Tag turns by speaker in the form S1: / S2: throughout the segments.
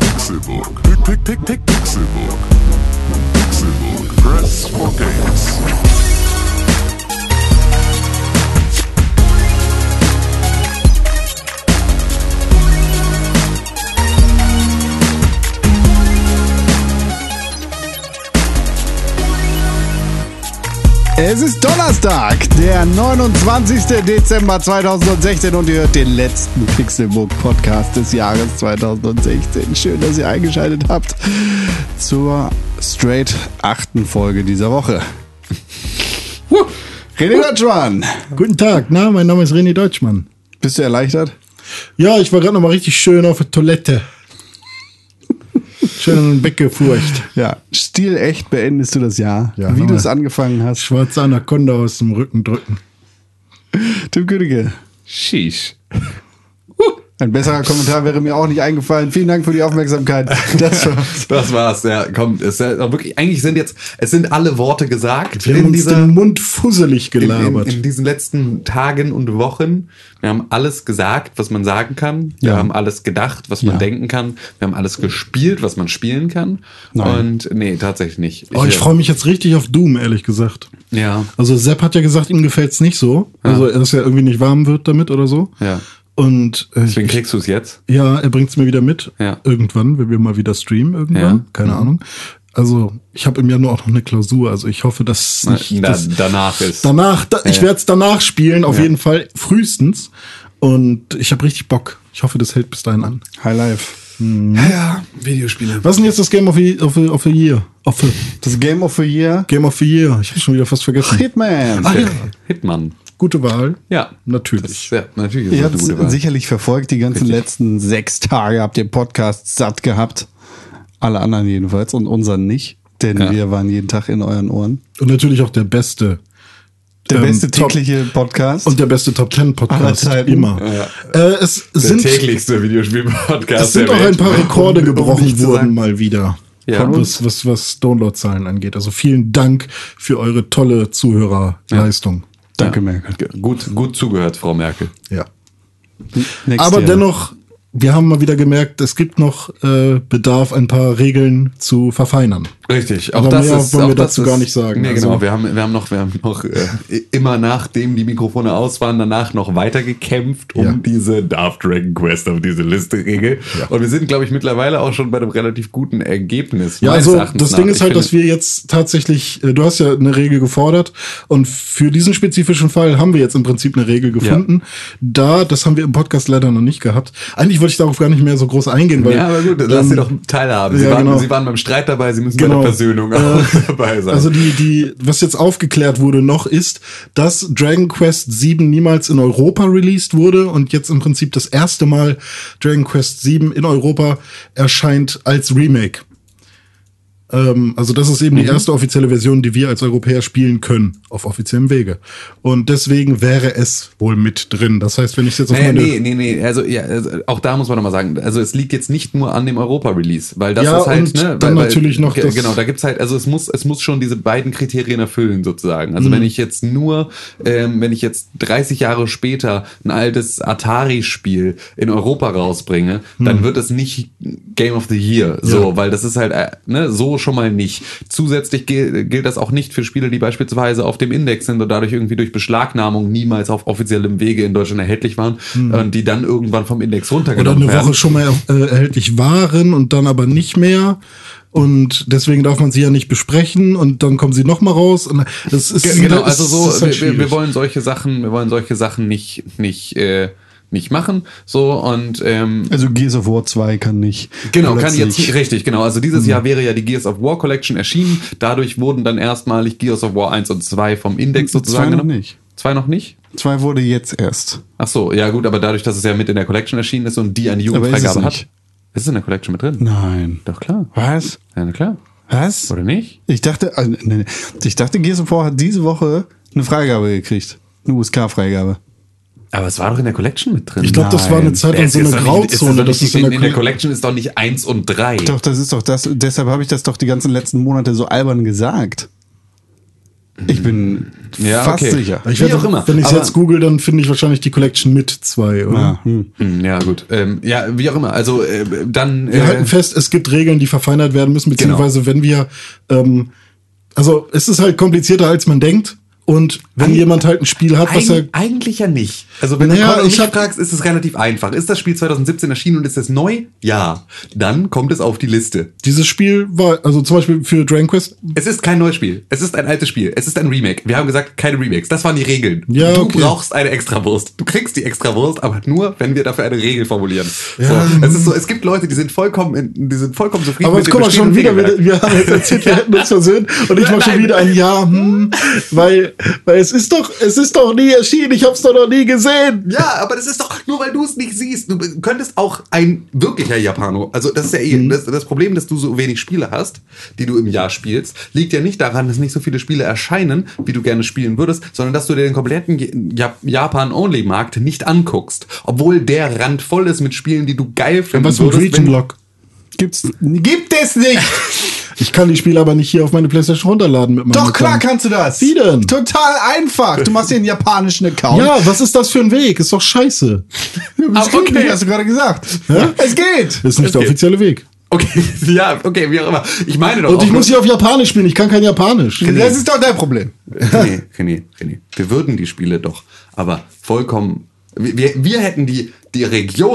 S1: Pixelburg. Pick, pick, pick, pick, Pixelburg. Pixelburg. Press for games.
S2: Es ist Donnerstag, der 29. Dezember 2016 und ihr hört den letzten Pixelbook Podcast des Jahres 2016. Schön, dass ihr eingeschaltet habt zur straight achten Folge dieser Woche. René Deutschmann,
S3: Guten Tag, na, mein Name ist René Deutschmann.
S2: bist du erleichtert?
S3: Ja, ich war gerade nochmal richtig schön auf der Toilette. Schön weggefurcht.
S2: Ja, stilecht beendest du das Jahr,
S3: Ja,
S2: wie
S3: Hammer.
S2: du es angefangen hast.
S3: Schwarze Anaconda aus dem Rücken drücken.
S2: Tim Königke,
S4: Sheesh.
S2: ein besserer Kommentar wäre mir auch nicht eingefallen. Vielen Dank für die Aufmerksamkeit. Das war's.
S4: Das war's, ja. Komm, es ist ja wirklich, eigentlich sind jetzt, es sind alle Worte gesagt
S3: Wir haben
S4: in,
S3: uns
S4: dieser,
S3: den
S4: in,
S3: Mund fusselig
S4: in,
S3: gelabert.
S4: in diesen letzten Tagen und Wochen. Wir haben alles gesagt, was man sagen kann. Wir
S2: Ja.
S4: haben alles gedacht, was man
S2: Ja.
S4: denken kann. Wir haben alles gespielt, was man spielen kann.
S2: Nein.
S4: Und nee, tatsächlich nicht. äh,
S3: oh, ich freue mich jetzt richtig auf Doom, ehrlich gesagt.
S4: Ja.
S3: Also Sepp hat ja gesagt, ihm gefällt's nicht so. Also, dass er irgendwie nicht warm wird damit oder so.
S4: Ja.
S3: Und äh,
S4: Deswegen kriegst du es jetzt.
S3: Ja, er bringt's mir wieder mit.
S4: Ja.
S3: Irgendwann, wenn wir mal wieder streamen, irgendwann.
S4: Ja. Mhm.
S3: Keine Ahnung. Also, ich habe im Januar auch noch eine Klausur. Also, ich hoffe, dass es nicht.
S4: Na,
S3: dass,
S4: danach ist.
S3: Danach, da, ich werde es danach spielen, auf
S4: Ja.
S3: jeden Fall, frühestens. Und ich habe richtig Bock. Ich hoffe, das hält bis dahin an.
S2: High Life.
S4: Ja, Videospiele.
S3: Was ist denn jetzt das Game of the, of the, of the Year? Of the,
S2: Das Game of the Year.
S3: Game of the Year. Ich habe schon wieder fast vergessen.
S2: Hitman.
S3: Ah, ja.
S4: Hitman.
S3: Gute Wahl.
S4: Ja. Das
S3: Natürlich.
S4: ist, ja, natürlich ist
S2: Ihr
S4: das eine
S2: habt
S4: gute Wahl.
S2: es sicherlich verfolgt, die ganzen
S4: Richtig.
S2: letzten sechs Tage habt ihr Podcasts satt gehabt. Alle anderen jedenfalls und unseren nicht, denn
S4: Ja.
S2: wir waren jeden Tag in euren Ohren.
S3: Und natürlich auch der beste.
S2: Der
S3: Ähm,
S2: beste
S3: Top-
S2: tägliche Podcast.
S3: Und der beste Top Ten Podcast.
S2: Aller Zeiten.
S3: Immer. Äh, es
S4: Ah, Der
S3: sind
S4: täglichste Videospiel-Podcast.
S3: Es sind
S4: der
S3: auch
S4: Welt.
S3: ein paar Rekorde
S4: Um- um
S3: gebrochen
S4: nicht zu
S3: worden,
S4: sagen-
S3: mal wieder.
S4: Ja. Von
S3: Was, was, was Downloadzahlen angeht. Also vielen Dank für eure tolle Zuhörerleistung.
S2: Danke, Merkel.
S4: Ge- Gut, gut zugehört, Frau Merkel.
S3: Ja.
S2: Next
S3: Aber
S2: year.
S3: dennoch, wir haben mal wieder gemerkt, es gibt noch äh, Bedarf, ein paar Regeln zu verfeinern.
S4: Richtig,
S3: Aber mehr wollen wir dazu gar nicht sagen.
S4: Nee,
S3: Also-
S4: genau, wir haben, wir haben noch, wir haben noch äh, immer nachdem die Mikrofone aus waren, danach noch weiter gekämpft um
S3: Ja.
S4: diese Darth Dragon Quest, um diese Liste-Regel. Und wir sind, glaube ich, mittlerweile auch schon bei einem relativ guten Ergebnis.
S3: Ja,
S4: meines
S3: also
S4: Erachtens
S3: das
S4: nach.
S3: Ding
S4: Ich
S3: ist halt,
S4: finde-
S3: dass wir jetzt tatsächlich, äh, du hast ja eine Regel gefordert und für diesen spezifischen Fall haben wir jetzt im Prinzip eine Regel gefunden. Da, das haben wir im Podcast leider noch nicht gehabt. Eigentlich wollte ich darauf gar nicht mehr so groß eingehen, weil
S4: Ja, aber gut, lass
S3: ähm,
S4: sie doch teilhaben. Sie,
S3: ja,
S4: waren,
S3: genau.
S4: sie waren beim Streit dabei, sie müssen
S3: Genau.
S4: bei der Versöhnung
S3: Äh,
S4: auch dabei sein.
S3: Also die, die, was jetzt aufgeklärt wurde noch ist, dass Dragon Quest 7 niemals in Europa released wurde und jetzt im Prinzip das erste Mal Dragon Quest 7 in Europa erscheint als Remake. Ähm, also das ist
S4: Mhm.
S3: eben die erste offizielle Version, die wir als Europäer spielen können, auf offiziellem Wege. Und deswegen wäre es wohl mit drin. Das heißt, wenn ich jetzt auf
S4: Nee,
S3: meine...
S4: nee, nee, nee, also ja, also, auch da muss man nochmal sagen, also es liegt jetzt nicht nur an dem Europa-Release, weil das
S3: Ja,
S4: ist halt,
S3: und
S4: ne, weil,
S3: dann
S4: weil,
S3: natürlich noch
S4: ge-
S3: das-
S4: Genau, da gibt's halt, also es muss, es muss schon diese beiden Kriterien erfüllen sozusagen. Also
S3: Mhm.
S4: wenn ich jetzt nur, ähm, wenn ich jetzt 30 Jahre später ein altes Atari-Spiel in Europa rausbringe,
S3: Mhm.
S4: dann wird es nicht Game of the Year, so, weil das ist halt, äh, ne, so schon mal nicht. Zusätzlich gil- gilt das auch nicht für Spiele, die beispielsweise auf dem Index sind und dadurch irgendwie durch Beschlagnahmung niemals auf offiziellem Wege in Deutschland erhältlich waren und die dann irgendwann vom Index
S3: Mhm. Oder
S4: runtergenommen
S3: eine
S4: werden.
S3: Woche schon mal äh, erhältlich waren und dann aber nicht mehr. Und deswegen darf man sie ja nicht besprechen und dann kommen sie noch mal raus. Und das ist,
S4: Ge- genau,
S3: das
S4: also
S3: ist halt
S4: so, wir, wir
S3: schwierig.
S4: wollen solche Sachen, wir wollen solche Sachen nicht, nicht, äh, nicht machen. So und ähm,
S2: also Gears of War 2 kann nicht.
S4: Genau, kann
S2: plötzlich-
S4: jetzt richtig, genau. Also dieses Jahr wäre ja die Gears of War Collection erschienen. Dadurch wurden dann erstmalig Gears of War 1 und 2 vom Index sozusagen.
S2: Zwei noch
S4: genommen.
S2: nicht.
S4: Zwei noch nicht?
S2: Zwei wurde jetzt erst.
S4: Ach so, ja gut, aber dadurch, dass es ja mit in der Collection erschienen ist und die
S2: Aber
S4: eine
S2: ist es
S4: Jugendfreigabe
S2: nicht.
S4: hat. Ist es in der Collection mit drin?
S2: Nein.
S4: Doch klar.
S2: Was?
S4: Ja, na klar.
S2: Was?
S4: Oder nicht?
S2: Ich dachte, also, nee, nee. ich dachte, Gears of War hat diese Woche eine Freigabe gekriegt. Eine USK-Freigabe.
S4: Aber es war doch in der Collection mit drin.
S3: ich glaube, das war eine
S2: Nein.
S3: Zeit lang
S4: Es
S3: so eine
S4: ist doch nicht- ist doch
S3: Grauzone.
S4: nicht-
S3: Das ist
S4: in,
S3: in
S4: in der
S3: der Kolle-
S4: Collection ist doch nicht 1 und 3.
S2: Doch, das ist doch das. Deshalb habe ich das doch die ganzen letzten Monate so albern gesagt. Ich bin
S4: Ja,
S2: fast
S4: okay.
S2: sicher.
S3: Ich
S4: Wie
S3: werd-
S4: auch immer,
S3: Wenn ich
S4: aber-
S3: jetzt google, dann finde ich wahrscheinlich die Collection mit zwei, oder?
S2: Ja, hm.
S4: Hm, Ja, gut. Ähm, ja, wie auch immer. Also äh, dann.
S3: Wir
S4: äh,
S3: halten fest, es gibt Regeln, die verfeinert werden müssen,
S4: Genau.
S3: beziehungsweise wenn wir, ähm, also es ist halt komplizierter, als man denkt. Und wenn
S4: Eig-
S3: jemand halt ein Spiel hat, was er
S4: Eig eigentlich ja nicht. Also wenn
S3: Naja,
S4: du Conor
S3: ich
S4: mich
S3: hab-
S4: fragst, ist es relativ einfach. Ist das Spiel 2017 erschienen und ist es neu? Ja. Dann kommt es auf die Liste.
S3: dieses Spiel war, also zum Beispiel für Dragon Quest,
S4: Es ist kein neues Spiel. Es ist ein altes Spiel. Es ist ein Remake. Wir haben gesagt, keine Remakes. Das waren die Regeln.
S3: Ja,
S4: du
S3: okay.
S4: brauchst eine Extrawurst. Du kriegst die Extrawurst, aber nur, wenn wir dafür eine Regel formulieren.
S3: Ja, ähm,
S4: so, es ist so, es gibt Leute, die sind vollkommen, in, die sind vollkommen zufrieden
S3: aber jetzt guck mal schon
S4: bestehenden
S3: wieder, wir,
S4: Regelwerk.
S3: wir haben jetzt erzählt, wir hätten uns versöhnt und ich
S4: Nein,
S3: mach schon
S4: nein.
S3: wieder ein Ja, hm, weil, weil es ist doch, es ist doch nie erschienen, ich hab's doch noch nie gesehen.
S4: Ja, aber das ist doch nur, weil du es nicht siehst. Du könntest auch ein wirklicher Japano. Also das ist ja
S3: Mhm.
S4: eh das, das Problem, dass du so wenig Spiele hast, die du im Jahr spielst, liegt ja nicht daran, dass nicht so viele Spiele erscheinen, wie du gerne spielen würdest, sondern dass du dir den kompletten J- Jap- Japan-Only-Markt nicht anguckst, obwohl der Rand voll ist mit Spielen, die du geil finden
S3: Was mit
S4: würdest.
S3: Region
S4: wenn-
S3: Lock?
S2: Gibt's, gibt es nicht!
S3: Ich kann die Spiele aber nicht hier auf meine Playstation runterladen mit meinem
S2: Doch, klar
S3: Account.
S2: kannst du das.
S3: Wie denn?
S2: Total einfach. Du machst dir einen japanischen Account.
S3: Ja, was ist das für ein Weg? Ist doch scheiße.
S2: das
S4: aber
S2: geht
S4: Ah, okay.
S2: nicht, hast du gerade gesagt.
S3: Ja?
S2: Es geht.
S3: Das ist nicht der
S4: Okay.
S3: offizielle Weg.
S4: Okay, ja, okay, wie auch immer. Ich meine doch
S3: Und ich
S4: auch
S3: muss hier auf Japanisch spielen, ich kann kein Japanisch.
S2: Das ist doch dein Problem.
S4: René, René, René, wir würden die Spiele doch, aber vollkommen. Wir, wir- wir hätten die, die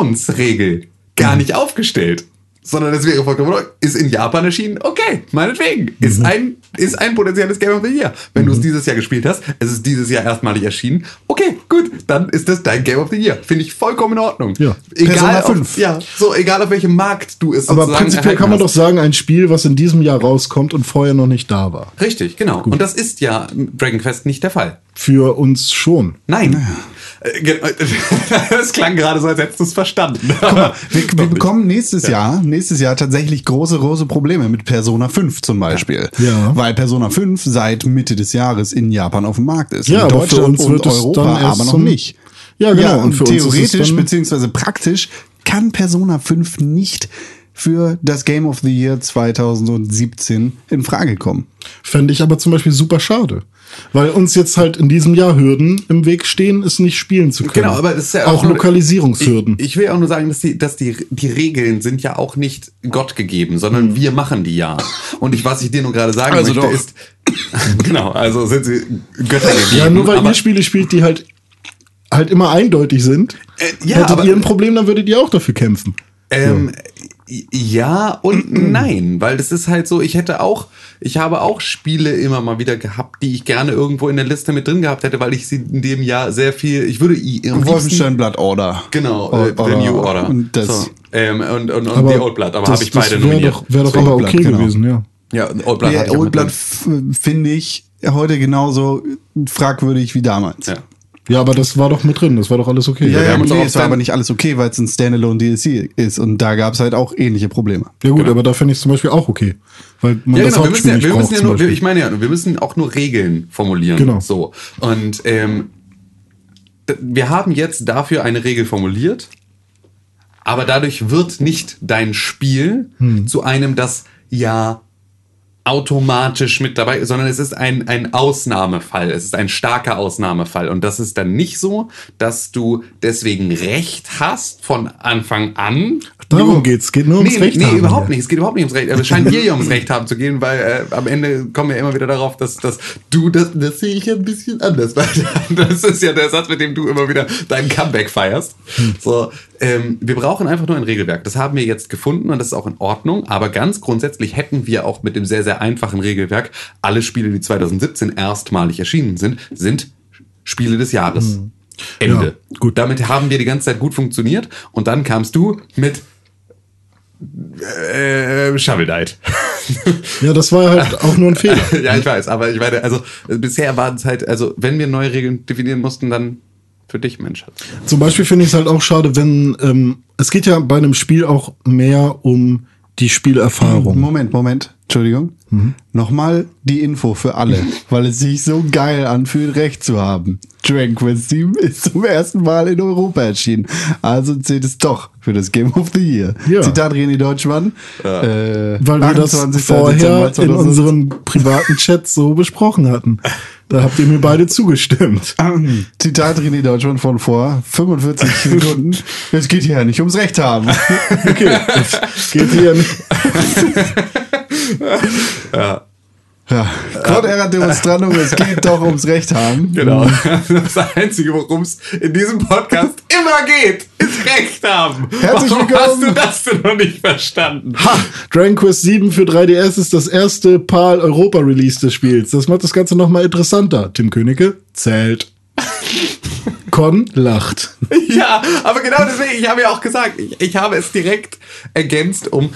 S4: Regionsregel gar nicht aufgestellt, sondern es wäre vollkommen. Ist in Japan erschienen? Okay, meinetwegen.
S3: Mhm.
S4: Ist ein, ist ein potenzielles Game of the Year. Wenn du es dieses Jahr gespielt hast, es ist dieses Jahr erstmalig erschienen. Okay, gut, dann ist das dein Game of the Year. Finde ich vollkommen in Ordnung.
S3: Ja.
S2: Persona
S4: Egal auf,
S2: fünf.
S4: ja, so egal auf welchem Markt du es
S3: Aber
S4: sozusagen
S3: prinzipiell
S4: erhalten
S3: kann man
S4: hast.
S3: doch sagen, ein Spiel, was in diesem Jahr rauskommt und vorher noch nicht da war.
S4: Richtig, genau. Und das ist ja mit Dragon Quest nicht der Fall.
S3: Für uns schon.
S4: Nein. Äh, gen- Das klang gerade so, als hättest du es verstanden.
S2: Wir, wir bekommen nächstes Jahr, nächstes Jahr tatsächlich große, große Probleme mit Persona 5 zum Beispiel.
S3: Ja.
S2: Weil Persona 5 seit Mitte des Jahres in Japan auf dem Markt ist.
S3: Ja,
S2: in
S3: aber für
S2: Deutschland
S3: uns
S2: und
S3: wird es
S2: Europa
S3: dann erst
S2: aber noch
S3: zum-
S2: nicht.
S3: Ja, genau.
S2: und,
S3: Und für uns ist es
S2: theoretisch
S3: dann-
S2: beziehungsweise praktisch kann Persona 5 nicht für das Game of the Year 2017 in Frage kommen.
S3: Fände ich aber zum Beispiel super schade. Weil uns jetzt halt in diesem Jahr Hürden im Weg stehen, es nicht spielen zu können.
S4: Genau, aber das ist ja
S3: auch
S4: nur-
S3: Lokalisierungshürden.
S4: Ich, ich will auch nur sagen, dass die, dass die, die Regeln sind ja auch nicht Gott gegeben, sondern wir machen die ja. Und ich, was ich dir nur gerade sagen
S2: Also
S4: möchte,
S2: doch.
S4: ist, genau, also sind sie Götter gegeben.
S3: ja, nur weil
S4: aber,
S3: ihr Spiele spielt, die halt halt immer eindeutig sind.
S4: Äh, ja,
S3: hättet
S4: aber-
S3: ihr ein Problem, dann würdet ihr auch dafür kämpfen.
S4: Ähm, ja und nein, weil das ist halt so, ich hätte auch, ich habe auch Spiele immer mal wieder gehabt, die ich gerne irgendwo in der Liste mit drin gehabt hätte, weil ich sie in dem Jahr sehr viel, ich würde i- am liebsten
S2: Wolfenstein Blood Order.
S4: Genau,
S2: O-
S4: äh, The New Order.
S2: Und das.
S4: so. ähm, und, und, und
S3: Aber
S4: The Old Blood, aber
S3: das-
S4: habe ich beide
S3: das wär
S4: nominiert.
S3: doch, wär doch
S2: So,
S3: aber
S2: Old Blood,
S3: okay
S2: genau.
S3: gewesen, ja.
S4: ja, Old Blood. hatte
S2: Der
S4: ich auch
S2: Old
S4: mit
S2: Blood
S4: drin.
S2: f- finde ich heute genauso fragwürdig wie damals.
S4: Ja.
S3: Ja, aber das war doch mit drin, das war doch alles okay.
S2: Ja,
S4: wir
S2: ja,
S4: haben uns
S2: nee,
S4: auch
S2: es war
S4: dann-
S2: aber nicht alles okay, weil es ein Standalone DLC ist und da gab es halt auch ähnliche Probleme.
S3: Ja, gut,
S4: Genau.
S3: aber da fände ich es zum Beispiel auch okay. Weil man
S4: Ja,
S3: das
S4: genau, wir müssen
S3: Hauptspiel
S4: ja,
S3: nicht
S4: wir
S3: braucht.
S4: müssen ja
S3: zum
S4: nur, wir, ich
S3: Beispiel.
S4: meine ja, wir müssen auch nur Regeln formulieren.
S3: Genau.
S4: So. Und ähm, d- wir haben jetzt dafür eine Regel formuliert, aber dadurch wird nicht dein Spiel
S3: Hm.
S4: zu einem, das ja automatisch mit dabei, ist, sondern es ist ein, ein Ausnahmefall. Es ist ein starker Ausnahmefall. Und das ist dann nicht so, dass du deswegen Recht hast von Anfang an.
S3: Darum geht's, geht nur ums
S4: nee,
S3: Recht
S4: Nee,
S3: haben
S4: überhaupt
S3: hier.
S4: nicht. Es geht überhaupt nicht ums Recht. Aber Es scheint dir ja ums Recht haben zu gehen, weil äh, am Ende kommen wir immer wieder darauf, dass, dass du, das, das sehe ich ja ein bisschen anders. Weil das ist ja der Satz, mit dem du immer wieder dein Comeback feierst. So, ähm, wir brauchen einfach nur ein Regelwerk. Das haben wir jetzt gefunden und das ist auch in Ordnung. Aber ganz grundsätzlich hätten wir auch mit dem sehr, sehr einfachen Regelwerk alle Spiele, die 2017 erstmalig erschienen sind, sind Spiele des Jahres. Ende.
S3: Ja,
S4: gut. Damit haben wir die ganze Zeit gut funktioniert und dann kamst du mit äh, Shovel Knight.
S3: Ja, das war halt auch nur ein Fehler.
S4: ja,
S2: Hm.
S4: ich weiß, aber ich meine, also äh, bisher waren es halt, also wenn wir neue Regeln definieren mussten, dann für dich, Mensch.
S3: Zum Beispiel finde ich es halt auch schade, wenn ähm, es geht ja bei einem Spiel auch mehr um die Spielerfahrung.
S4: Mhm.
S2: Moment, Moment. Entschuldigung, nochmal die Info für alle, weil es sich so geil anfühlt, recht zu haben. Dragon Quest 7 ist zum ersten Mal in Europa erschienen. Also zählt es doch für das Game of the Year.
S3: Ja.
S2: Zitat René Deutschmann. Äh,
S3: Weil wir das
S2: 28. Dezember
S3: vorher in
S2: 2000.
S3: unserem privaten Chat so besprochen hatten. Da habt ihr mir beide zugestimmt.
S2: Zitat René Deutschmann von vor 45 Sekunden. Es geht hier ja nicht ums Recht haben.
S3: Okay, das geht hier nicht.
S2: Ja. Quod erat demonstrandum, es geht doch ums Recht haben.
S4: Genau. Das Einzige, worum es in diesem Podcast immer geht, ist Recht haben.
S2: Herzlich
S4: Warum hast
S2: willkommen.
S4: du das denn noch nicht verstanden?
S3: Ha! Dragon Quest 7 für 3DS ist das erste PAL-Europa-Release des Spiels. Das macht das Ganze nochmal interessanter. Tim Königke zählt. Con lacht.
S4: Ja, aber genau deswegen, ich habe ja auch gesagt, ich, ich habe es direkt ergänzt, um,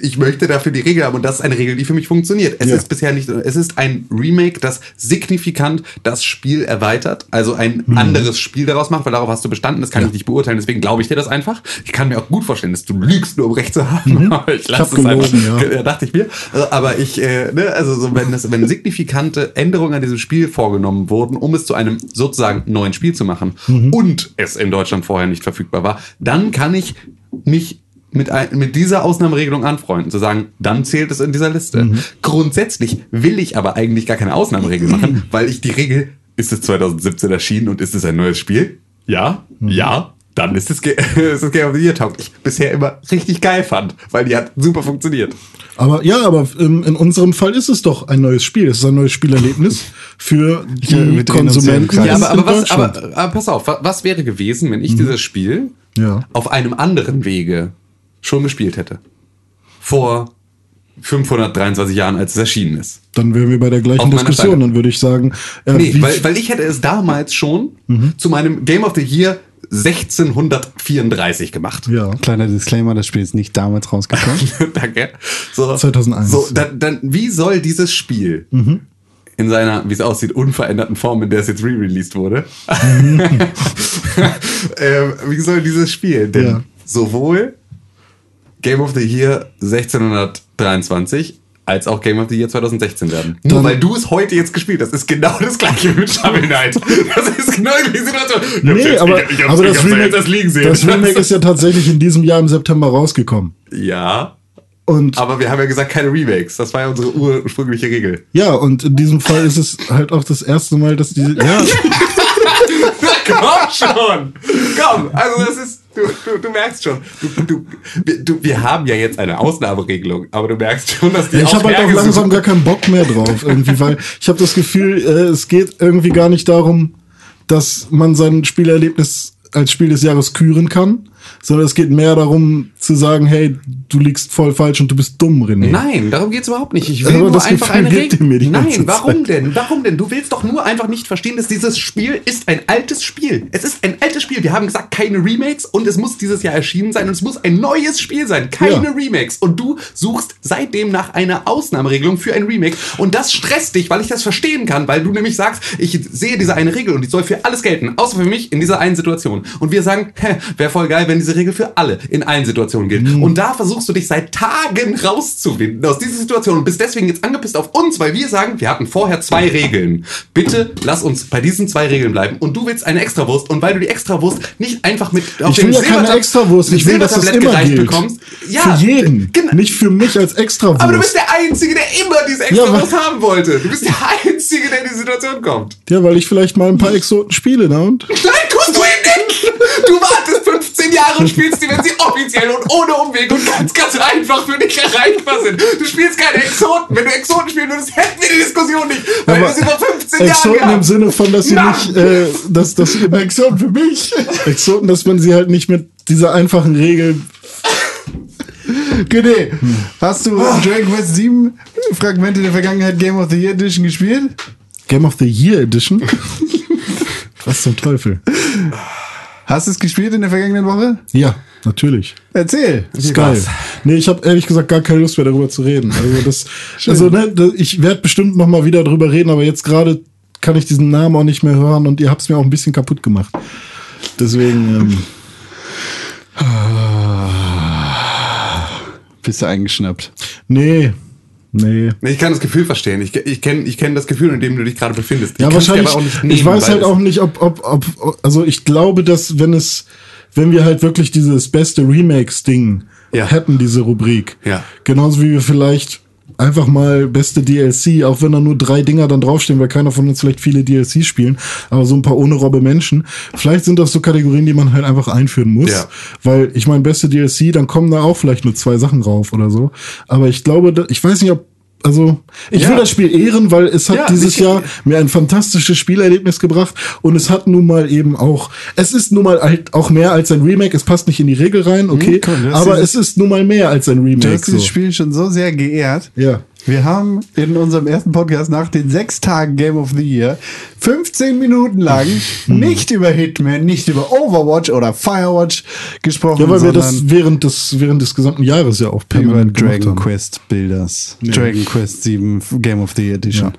S4: ich möchte dafür die Regel haben und das ist eine Regel, die für mich funktioniert. Es
S3: Ja.
S4: ist bisher nicht, es ist ein Remake, das signifikant das Spiel erweitert, also ein
S3: Mhm.
S4: anderes Spiel daraus macht, weil darauf hast du bestanden, das kann ich nicht beurteilen, deswegen glaube ich dir das einfach. Ich kann mir auch gut vorstellen, dass du lügst, nur um recht zu haben, aber ich
S3: Mhm. hab
S4: lasse es
S3: gelogen,
S4: einfach.
S3: ja.
S4: Ja, dachte ich mir. Also, Aber ich, äh, ne, also so, wenn, das, wenn signifikante Änderungen an diesem Spiel vorgenommen wurden, um es zu einem sozusagen neuen Spiel zu machen und es in Deutschland vorher nicht verfügbar war, dann kann ich mich mit, ein, mit dieser Ausnahmeregelung anfreunden, zu sagen, dann zählt es in dieser Liste. Grundsätzlich will ich aber eigentlich gar keine Ausnahmeregel machen, weil ich die Regel, ist es 2017 erschienen und ist es ein neues Spiel? Ja, ja, dann ist es, Ge- ist es Game of the Year taugt. Ich bisher immer richtig geil fand, weil die hat super funktioniert.
S3: Aber ja, aber ähm, in unserem Fall ist es doch ein neues Spiel. Es ist ein neues Spielerlebnis für die
S2: Ja, wir drehen uns ja im
S3: Konsumenten.
S2: Kreis.
S4: Ja, aber,
S3: in
S4: aber, was,
S3: Deutschland. Mhm.
S4: aber, aber pass auf, wa- was wäre gewesen, wenn ich dieses Spiel
S3: Ja.
S4: auf einem anderen Wege schon gespielt hätte? Vor 523 Jahren, als es erschienen ist.
S3: Dann wären wir bei der
S4: Auf
S3: gleichen
S4: meiner
S3: Diskussion.
S4: Seite.
S3: Dann würde ich sagen, äh,
S4: Nee,
S3: wie- Mhm.
S4: weil, weil ich hätte es damals schon zu meinem Game of the Year 1634 gemacht.
S3: ja.
S2: Kleiner Disclaimer, das Spiel ist nicht damals rausgekommen.
S4: Danke. So,
S3: 2001,
S4: So,
S3: ja.
S4: dann, dann, wie soll dieses Spiel
S3: Mhm.
S4: in seiner, wie es aussieht, unveränderten Form, in der es jetzt re-released wurde, ähm, wie soll dieses Spiel denn
S3: Ja.
S4: sowohl Game of the Year 1623 als auch Game of the Year 2016 werden. Nur
S3: Dann-
S4: weil du es heute jetzt gespielt hast, ist genau das gleiche mit Shovel Knight. Das ist genau die Situation. Ich hab's
S3: Nee,
S4: jetzt-
S3: aber,
S4: ich- ich hab's-
S3: aber
S4: ich
S3: das,
S4: hab's
S3: Remake,
S4: jetzt erst liegen sehen.
S3: das Remake ist ja tatsächlich in diesem Jahr im September rausgekommen.
S4: ja,
S3: Und
S4: aber wir haben ja gesagt, keine Remakes. Das war ja unsere ursprüngliche Regel.
S3: ja, und in diesem Fall ist es halt auch das erste Mal, dass diese. Ja,
S4: Komm schon! Komm! Also das ist. Du, du, du merkst schon. Du, du, wir, du, wir haben ja jetzt eine Ausnahmeregelung, aber du merkst schon, dass die
S3: Ja, ich habe halt auch
S4: hergesucht-
S3: langsam gar keinen Bock mehr drauf irgendwie, weil ich habe das Gefühl, äh, es geht irgendwie gar nicht darum, dass man sein Spielerlebnis als Spiel des Jahres küren kann, sondern es geht mehr darum zu sagen, hey, du liegst voll falsch und du bist dumm, René.
S4: Nein, darum geht's überhaupt nicht. Ich will
S3: Aber
S4: nur
S3: Also, das
S4: einfach
S3: Gefühl
S4: eine
S3: gibt
S4: Regel.
S3: ihr mir die
S4: Nein,
S3: ganze
S4: warum
S3: Zeit.
S4: denn? Warum denn? Du willst doch nur einfach nicht verstehen, dass dieses Spiel ist ein altes Spiel. Es ist ein altes Spiel. Wir haben gesagt, keine Remakes und es muss dieses Jahr erschienen sein und es muss ein neues Spiel sein. Keine
S3: Ja.
S4: Remakes. Und du suchst seitdem nach einer Ausnahmeregelung für ein Remake. Und das stresst dich, weil ich das verstehen kann, weil du nämlich sagst, ich sehe diese eine Regel und die soll für alles gelten, außer für mich in dieser einen Situation. Und wir sagen, wäre voll geil, wenn diese Regel für alle in allen Situationen gilt.
S3: Mhm.
S4: Und da versuchst du dich seit Tagen rauszuwinden aus dieser Situation und bist deswegen jetzt angepisst auf uns, weil wir sagen, wir hatten vorher zwei Regeln. Bitte lass uns bei diesen zwei Regeln bleiben. Und du willst eine Extrawurst und weil du die Extrawurst nicht einfach mit auf
S3: Ich will ja keine
S4: Silbertab-
S3: Extrawurst, ich will, dass das
S4: Silbertablett
S3: immer
S4: gereicht
S3: gilt.
S4: bekommst.
S3: für jeden,
S4: genau.
S3: nicht für mich als Extrawurst.
S4: Aber du bist der Einzige, der immer diese Extrawurst
S3: Ja, wa-
S4: haben wollte. Du bist der Einzige, der in die Situation kommt.
S3: ja, weil ich vielleicht mal ein paar Exoten spiele, ne? Und
S4: Nein, tust du eben nicht! Du wartest 15 Jahre und spielst die, wenn sie offiziell und ohne Umweg und ganz, ganz einfach für dich erreichbar sind. Du spielst keine Exoten. Wenn du Exoten spielen würdest, hätten wir die Diskussion nicht. Weil wir
S3: Aber
S4: es über 15 Jahre
S3: Exoten im
S4: gehabt.
S3: Sinne von, dass sie
S4: Nein.
S3: nicht, äh, dass, dass Exoten für mich. Exoten, dass man sie halt nicht mit dieser einfachen Regel Hm.
S2: René, hast du
S3: Ah.
S2: Dragon Quest 7 Fragmente der Vergangenheit Game of the Year Edition gespielt?
S3: Game of the Year Edition. Was zum Teufel?
S2: Hast du es gespielt in der vergangenen Woche?
S3: Ja, natürlich.
S2: Erzähl.
S3: Ist geil.
S4: war's?
S3: Nee, ich habe ehrlich gesagt gar keine Lust mehr darüber zu reden. Also das, also ne, das, ich werde bestimmt noch mal wieder drüber reden, aber jetzt gerade kann ich diesen Namen auch nicht mehr hören und ihr habt's mir auch ein bisschen kaputt gemacht. Deswegen ähm,
S2: Bist du eingeschnappt?
S3: nee, Nee.
S4: Ich kann das Gefühl verstehen. Ich, ich kenne ich kenn das Gefühl, in dem du dich gerade befindest.
S3: Ja,
S4: Ich kann's dir
S3: wahrscheinlich.
S4: aber
S3: ich
S4: nehmen,
S3: weiß
S4: weil
S3: halt
S4: es-
S3: auch nicht, ob, ob, ob, also ich glaube, dass wenn es, wenn wir halt wirklich dieses beste Remakes-Ding
S4: Ja.
S3: hätten, diese Rubrik.
S4: Ja.
S3: Genauso wie wir vielleicht einfach mal beste DLC, auch wenn da nur drei Dinger dann draufstehen, weil keiner von uns vielleicht viele DLCs spielen, aber so ein paar ohne Robbe Menschen. Vielleicht sind das so Kategorien, die man halt einfach einführen muss.
S4: Ja.
S3: Weil ich meine, beste DLC, dann kommen da auch vielleicht nur zwei Sachen rauf oder so. Aber ich glaube, da, ich weiß nicht, ob, also, ich
S4: Ja.
S3: will das Spiel ehren, weil es hat
S4: Ja,
S3: dieses
S4: ich-
S3: Jahr mir ein fantastisches Spielerlebnis gebracht und es hat nun mal eben auch, es ist nun mal halt auch mehr als ein Remake, es passt nicht in die Regel rein, okay,
S2: guck mal, du hast
S3: aber
S2: dieses-
S3: es ist nun mal mehr als ein
S2: Du
S3: Remake.
S2: hast dieses
S3: So.
S2: Spiel schon so sehr geehrt.
S3: Ja.
S2: Wir haben in unserem ersten Podcast nach den sechs Tagen Game of the Year 15 Minuten lang nicht über Hitman, nicht über Overwatch oder Firewatch gesprochen,
S3: Ja, weil wir
S2: sondern
S3: das während des, während des gesamten Jahres ja auch
S2: über
S3: permanent gemacht
S2: Dragon
S3: haben.
S2: Quest Builders. Dragon Quest 7 Game of the Year Edition.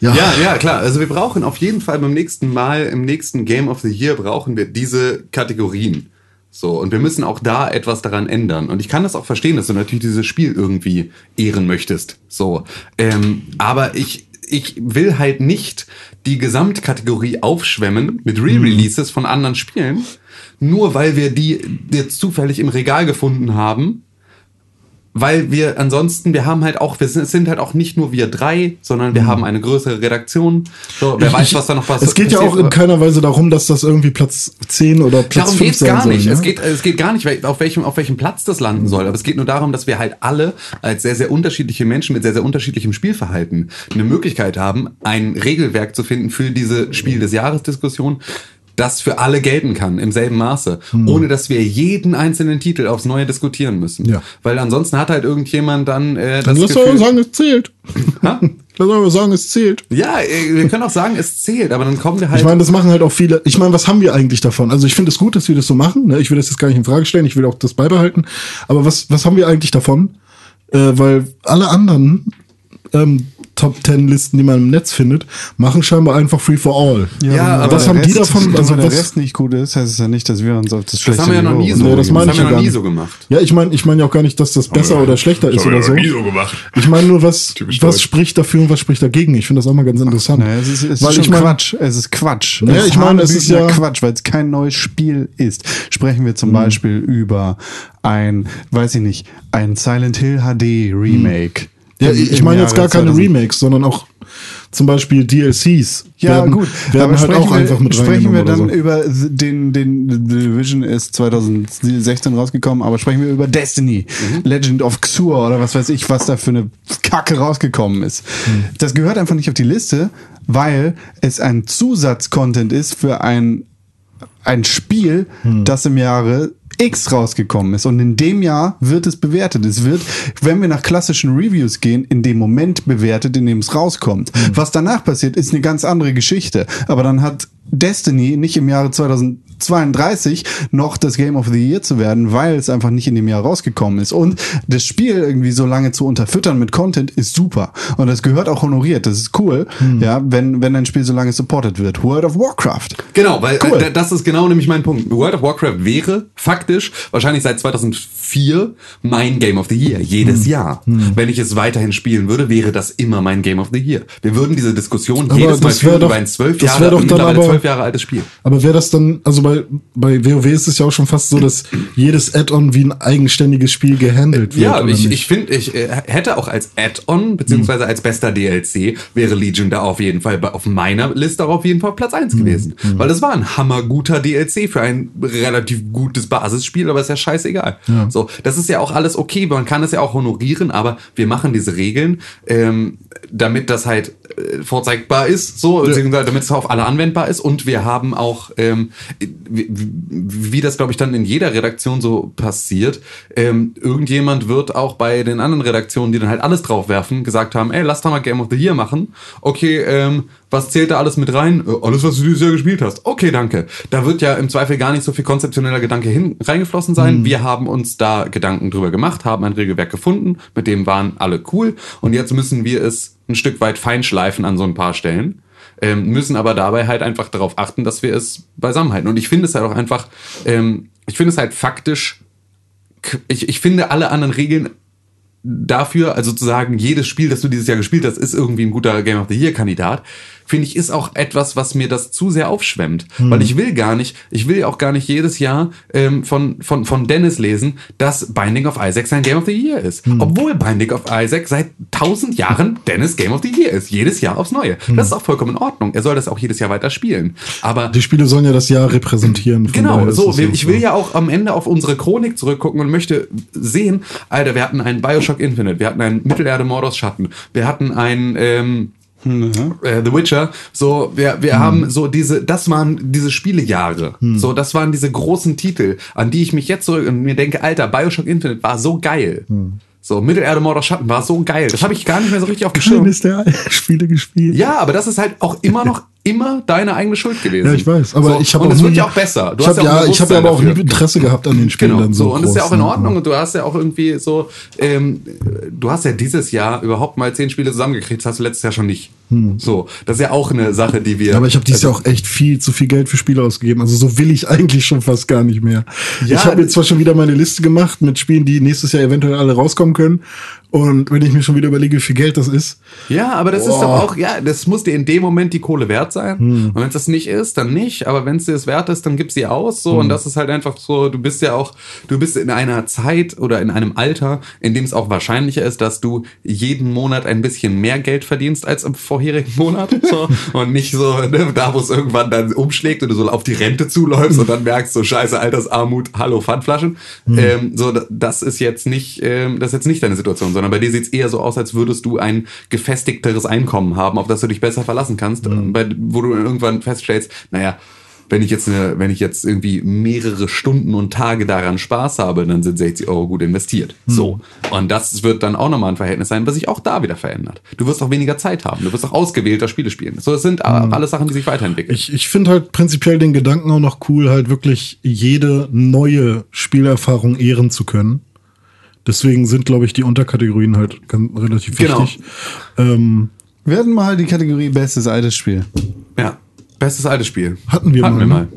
S4: Ja, ja, klar. Also wir brauchen auf jeden Fall beim nächsten Mal, im nächsten Game of the Year brauchen wir diese Kategorien. So, und wir müssen auch da etwas daran ändern. Und ich kann das auch verstehen, dass du natürlich dieses Spiel irgendwie ehren möchtest. So. Ähm, aber ich, ich will halt nicht die Gesamtkategorie aufschwemmen mit Re-Releases von anderen Spielen, nur weil wir die jetzt zufällig im Regal gefunden haben weil wir ansonsten, wir haben halt auch, wir sind, sind halt auch nicht nur wir drei, sondern wir haben eine größere Redaktion. So, wer weiß, was da noch was
S3: Mhm. Es geht ja auch in
S4: passiert.
S3: keiner Weise darum, dass das irgendwie Platz 10 oder Platz
S4: Darum
S3: 5
S4: geht's
S3: sein
S4: gar
S3: soll.
S4: nicht.
S3: ne?
S4: Es, geht, es geht gar nicht, wel- auf welchem, auf welchem Platz das landen soll. Aber es geht nur darum, dass wir halt alle als sehr, sehr unterschiedliche Menschen mit sehr, sehr unterschiedlichem Spielverhalten eine Möglichkeit haben, ein Regelwerk zu finden für diese Spiel des Jahres-Diskussion, das für alle gelten kann, im selben Maße,
S3: Hm.
S4: ohne dass wir jeden einzelnen Titel aufs Neue diskutieren müssen.
S3: Ja.
S4: Weil ansonsten hat halt irgendjemand dann äh,
S3: Dann
S4: das
S3: lass doch
S4: Gefühl...
S3: mal sagen, es zählt.
S4: Ha?
S3: Lass doch mal sagen, es zählt.
S4: Ja, äh, wir können auch sagen, es zählt, aber dann kommen wir halt.
S3: Ich meine, das machen halt auch viele. Ich meine, was haben wir eigentlich davon? Also ich finde es gut, dass wir das so machen. Ne? Ich will das jetzt gar nicht in Frage stellen. Ich will auch das beibehalten. Aber was, was haben wir eigentlich davon? Äh, weil alle anderen ähm, Top Ten Listen, die man im Netz findet, machen scheinbar einfach Free for All.
S4: Ja, aber
S3: was haben die davon?
S2: Also
S3: Also
S2: wenn der
S3: was-
S2: Rest nicht gut ist, heißt es ja nicht, dass wir uns auf das
S4: das
S2: schlechte
S4: haben wir ja noch nie so.
S3: Nee, das meine
S4: haben
S3: ich
S4: wir
S3: ja
S4: noch
S3: gar
S4: nie
S3: nicht.
S4: so gemacht.
S3: Ja, ich meine, ich meine ja auch gar nicht, dass das besser oder schlechter ist oder so. Ich meine nur, was, was spricht dafür und was spricht dagegen? Ich finde das auch mal ganz interessant.
S2: Naja, es ist, es ist
S3: Weil
S2: schon
S3: ich meine,
S2: Quatsch. Es ist Quatsch.
S3: Naja,
S2: es
S3: ich meine, es ist
S2: hanebüchener
S3: ja- Mhm.
S2: Quatsch, weil es kein neues Spiel ist. Sprechen wir zum Beispiel über ein, weiß ich nicht, ein Silent Hill HD Remake.
S3: Ja,
S2: Im-
S3: ich ich
S2: im
S3: meine jetzt
S2: Jahre
S3: gar keine
S2: 2000.
S3: Remakes, sondern auch zum Beispiel DLCs.
S2: Ja,
S3: werden,
S2: gut.
S3: Werden halt
S2: sprechen
S3: auch
S2: wir,
S3: einfach mit
S2: Sprechen wir dann
S3: reingenommen oder
S2: über den, den The Division ist 2016 rausgekommen, aber sprechen wir über Destiny,
S3: Mhm.
S2: Legend of Xur oder was weiß ich, was da für eine Kacke rausgekommen ist.
S3: Mhm.
S2: Das gehört einfach nicht auf die Liste, weil es ein Zusatzcontent ist für ein, ein Spiel, das im Jahre X rausgekommen ist. Und in dem Jahr wird es bewertet. Es wird, wenn wir nach klassischen Reviews gehen, in dem Moment bewertet, in dem es rauskommt. Was danach passiert, ist eine ganz andere Geschichte. Aber dann hat Destiny nicht im Jahre 2032 noch das Game of the Year zu werden, weil es einfach nicht in dem Jahr rausgekommen ist. Und das Spiel irgendwie so lange zu unterfüttern mit Content ist super. Und das gehört auch honoriert. Das ist cool, ja, wenn, wenn ein Spiel so lange supported wird. World of Warcraft.
S4: Genau, weil
S2: Cool.
S4: äh, da- das ist genau nämlich mein Punkt. World of Warcraft wäre faktisch wahrscheinlich seit 2004 mein Game of the Year, jedes
S3: Hm.
S4: Jahr. Wenn ich es weiterhin spielen würde, wäre das immer mein Game of the Year. Wir würden diese Diskussion
S3: Aber
S4: jedes Mal
S3: das wär
S4: führen
S3: doch-
S4: über ein zwölf
S3: das wär
S4: Jahre,
S3: doch dann
S4: mittlerweile
S3: aber-
S4: zwölf Jahre altes Spiel.
S3: so. Aber wäre das dann, also bei, bei WoW ist es ja auch schon fast so, dass jedes Add-on wie ein eigenständiges Spiel gehandelt wird.
S4: Ja,
S3: oder
S4: ich,
S3: nicht? Mhm.
S4: ich finde, ich äh, hätte auch als Add-on, beziehungsweise als bester DLC, wäre Legion da auf jeden Fall bei- auf meiner Liste auch auf jeden Fall Platz
S3: Mhm.
S4: 1 gewesen. Weil das war ein hammerguter DLC für ein relativ gutes Basisspiel, aber ist ja scheißegal. So, das ist ja auch alles okay, man kann es ja auch honorieren, aber wir machen diese Regeln, ähm, damit das halt äh, vorzeigbar ist, so, beziehungsweise damit es auf alle anwendbar ist und wir haben auch, ähm, wie, wie das glaube ich dann in jeder Redaktion so passiert, ähm, irgendjemand wird auch bei den anderen Redaktionen, die dann halt alles draufwerfen, gesagt haben, ey, lass doch mal Game of the Year machen. Okay, ähm, was zählt da alles mit rein? Äh, alles, was du dieses Jahr gespielt hast. Okay, danke. Da wird ja im Zweifel gar nicht so viel konzeptioneller Gedanke hin, reingeflossen sein. Wir haben uns da Gedanken drüber gemacht, haben ein Regelwerk gefunden, mit dem waren alle cool und jetzt müssen wir es ein Stück weit feinschleifen an so ein paar Stellen ähm, müssen aber dabei halt einfach darauf achten, dass wir es beisammen halten. Und ich finde es halt auch einfach, ähm, ich finde es halt faktisch, k- ich, ich finde alle anderen Regeln dafür, also sozusagen jedes Spiel, das du dieses Jahr gespielt hast, ist irgendwie ein guter Game of the Year Kandidat, finde ich, ist auch etwas, was mir das zu sehr aufschwemmt. Weil ich will gar nicht, ich will auch gar nicht jedes Jahr ähm, von, von, von Dennis lesen, dass Binding of Isaac sein Game of the Year ist. Obwohl Binding of Isaac seit tausend Jahren Dennis Game of the Year ist. Jedes Jahr aufs Neue. Das ist auch vollkommen in Ordnung. Er soll das auch jedes Jahr weiter spielen. Aber
S3: Die Spiele sollen ja das Jahr repräsentieren. von
S4: Genau,
S3: daher ist
S4: so.
S3: es
S4: Wir, ich will
S3: so.
S4: ja auch am Ende auf unsere Chronik zurückgucken und möchte sehen, Alter, wir hatten einen Bioshock Infinite, wir hatten einen Mittelerde Mordos Schatten, wir hatten einen ähm, äh, The Witcher. So, wir, wir haben so diese, das waren diese Spielejahre. So, das waren diese großen Titel, an die ich mich jetzt zurück und mir denke, Alter, Bioshock Infinite war so geil. So, Mittelerde Mordos Schatten war so geil. Das habe ich gar nicht mehr so richtig auf dem Schirm.
S3: Eines der Spiele gespielt.
S4: Ja, aber das ist halt auch immer noch immer deine eigene Schuld gewesen.
S3: Ja, ich weiß, aber
S4: So,
S3: ich habe
S4: und
S3: auch
S4: es wird
S3: nie-
S4: ja auch besser.
S3: ich habe
S4: ein
S3: ja, ich hab ja aber auch
S4: Bewusstsein
S3: nie
S4: dafür.
S3: Interesse gehabt an den Spielen
S4: Genau,
S3: dann so.
S4: so. Und ist ja
S3: groß,
S4: auch in
S3: ne?
S4: Ordnung. Und du hast ja auch irgendwie so, ähm, du hast ja dieses Jahr überhaupt mal zehn Spiele zusammengekriegt. Das hast du letztes Jahr schon nicht. So, das ist ja auch eine Sache, die wir.
S3: Hm. Aber ich habe dieses Jahr auch echt viel zu viel Geld für Spiele ausgegeben. Also so will ich eigentlich schon fast gar nicht mehr.
S4: Ja, äh,
S3: ich habe jetzt zwar schon wieder meine Liste gemacht mit Spielen, die nächstes Jahr eventuell alle rauskommen können. Und wenn ich mir schon wieder überlege, wie viel Geld das ist.
S4: Ja, aber das ist
S3: Boah.
S4: doch auch, ja, das muss dir in dem Moment die Kohle wert sein. Und wenn es das nicht ist, dann nicht. Aber wenn es dir das wert ist, dann gib sie aus. So, und das ist halt einfach so, du bist ja auch, du bist in einer Zeit oder in einem Alter, in dem es auch wahrscheinlicher ist, dass du jeden Monat ein bisschen mehr Geld verdienst als im vorherigen Monat. So, und nicht so, ne, da wo es irgendwann dann umschlägt und du so auf die Rente zuläufst und dann merkst, so scheiße, Altersarmut, hallo, Pfandflaschen. Ähm, so, da- das ist jetzt nicht, ähm, das ist jetzt nicht deine Situation, sondern bei dir sieht es eher so aus, als würdest du ein gefestigteres Einkommen haben, auf das du dich besser verlassen kannst, ähm, bei, wo du irgendwann feststellst, naja, wenn ich jetzt eine, wenn ich jetzt irgendwie mehrere Stunden und Tage daran Spaß habe, dann sind 60 Euro gut investiert. So. Und das wird dann auch nochmal ein Verhältnis sein, was sich auch da wieder verändert. Du wirst auch weniger Zeit haben. Du wirst auch ausgewählter Spiele spielen. So, das sind äh, alles Sachen, die sich weiterentwickeln.
S3: Ich, ich finde halt prinzipiell den Gedanken auch noch cool, halt wirklich jede neue Spielerfahrung ehren zu können. Deswegen sind, glaube ich, die Unterkategorien halt ganz, relativ
S4: Genau.
S3: wichtig. Ähm,
S2: Wir hatten mal die Kategorie Bestes altes Spiel.
S4: ja. Bestes altes Spiel.
S3: Hatten wir
S4: Hatten
S3: mal,
S4: Wir
S3: ne?
S4: mal.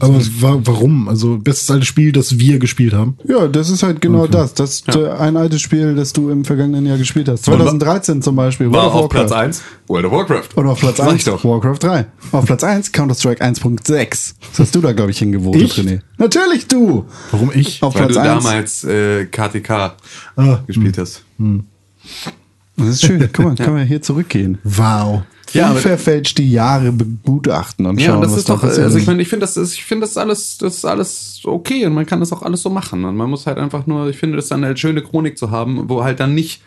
S3: aber wa warum? Also bestes altes Spiel, das wir gespielt haben.
S2: Ja, das ist halt genau das. Das ist äh, ein altes Spiel, das du im vergangenen Jahr gespielt hast. 2013 zum Beispiel. World
S4: War
S2: of
S4: auf Platz
S2: Warcraft.
S4: 1 World of Warcraft.
S2: Und auf Platz
S4: Sag
S2: 1
S4: ich doch.
S2: Warcraft 3. Auf Platz 1 Counter-Strike 1.6. Das hast du da, glaube ich, hingewohnt,
S3: Ich?
S2: René. Natürlich du!
S3: Warum ich?
S2: Auf
S4: Weil
S2: Platz hm.
S4: du
S2: 1.
S4: damals äh, KTK
S3: Ah,
S4: gespielt hast.
S2: Das ist schön. Guck mal, können wir hier zurückgehen.
S3: Wow.
S4: Ja, aber-
S2: Unverfälscht die Jahre begutachten und schauen,
S4: Ja, und das
S2: was
S4: ist
S2: da
S4: doch,
S2: passiert
S4: also ich
S2: ist.
S4: meine, ich finde, das ist, ich finde, das ist alles, das ist alles okay und man kann das auch alles so machen. Und man muss halt einfach nur, ich finde, das ist dann eine schöne Chronik zu haben, wo halt dann nicht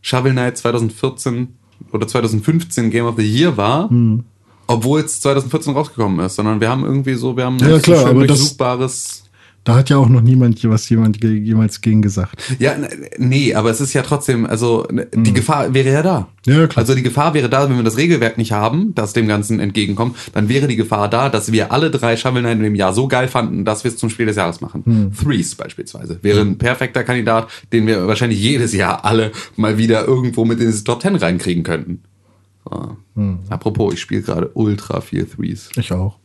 S4: Shovel Knight 2014 oder 2015 Game of the Year war,
S2: Hm.
S4: obwohl es 2014 rausgekommen ist, sondern wir haben irgendwie so, wir haben halt
S3: Ja, klar,
S4: so
S3: aber das-
S4: durchsuchbares.
S3: Da hat ja auch noch niemand was jemand ge- jemals gegen gesagt.
S4: Ja, n- nee, aber es ist ja trotzdem, also n- die Gefahr wäre ja da.
S3: Hm. Ja, klar.
S4: Also die Gefahr wäre da, wenn wir das Regelwerk nicht haben, das dem Ganzen entgegenkommt, dann wäre die Gefahr da, dass wir alle drei Shovel Knight in dem Jahr so geil fanden, dass wir es zum Spiel des Jahres machen.
S3: Hm.
S4: Threes beispielsweise wäre ein perfekter Kandidat, den wir wahrscheinlich jedes Jahr alle mal wieder irgendwo mit in diese Top Ten reinkriegen könnten. So.
S3: Hm.
S4: Apropos, ich spiele gerade ultra viel Threes.
S3: Ich auch.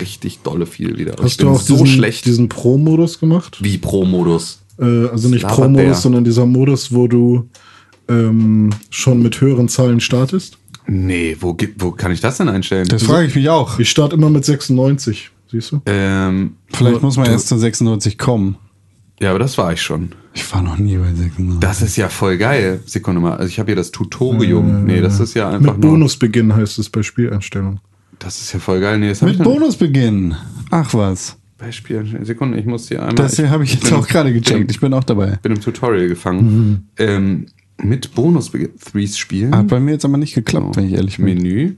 S4: Richtig dolle viel wieder. Und ich
S3: Hast
S4: bin
S3: du auch
S4: so
S3: diesen,
S4: schlecht
S3: diesen Pro-Modus gemacht?
S4: wie Pro-Modus.
S3: Äh, also nicht
S4: Labert der.
S3: Pro-Modus, sondern dieser Modus, wo du ähm, schon mit höheren Zahlen startest.
S4: Nee, wo, gibt- wo kann ich das denn einstellen?
S2: das frage ich mich auch.
S3: Ich starte immer mit 96, siehst du?
S4: Ähm,
S2: Vielleicht muss man erst zu 96 kommen.
S4: ja, aber das war ich schon.
S2: Ich war noch nie bei 96.
S4: Das ist ja voll geil. Sekunde mal. Also ich habe hier das Tutorium. nee, das ist ja einfach
S3: Äh, Mit
S4: nur.
S3: Bonusbeginn heißt es bei Spieleinstellung.
S4: Das ist ja voll geil. Nee, das habe ich
S2: Mit
S4: noch
S2: Bonus beginnen. Ach was.
S4: bei Spiel. Sekunde, ich muss hier einmal.
S2: Das hier habe ich jetzt
S4: bin-
S2: auch gerade gecheckt. Ich bin auch dabei.
S4: Bin im Tutorial gefangen. Ähm, mit Bonus Threes spielen.
S2: Hat bei mir jetzt aber nicht geklappt, wenn ich ehrlich bin.
S4: Menü.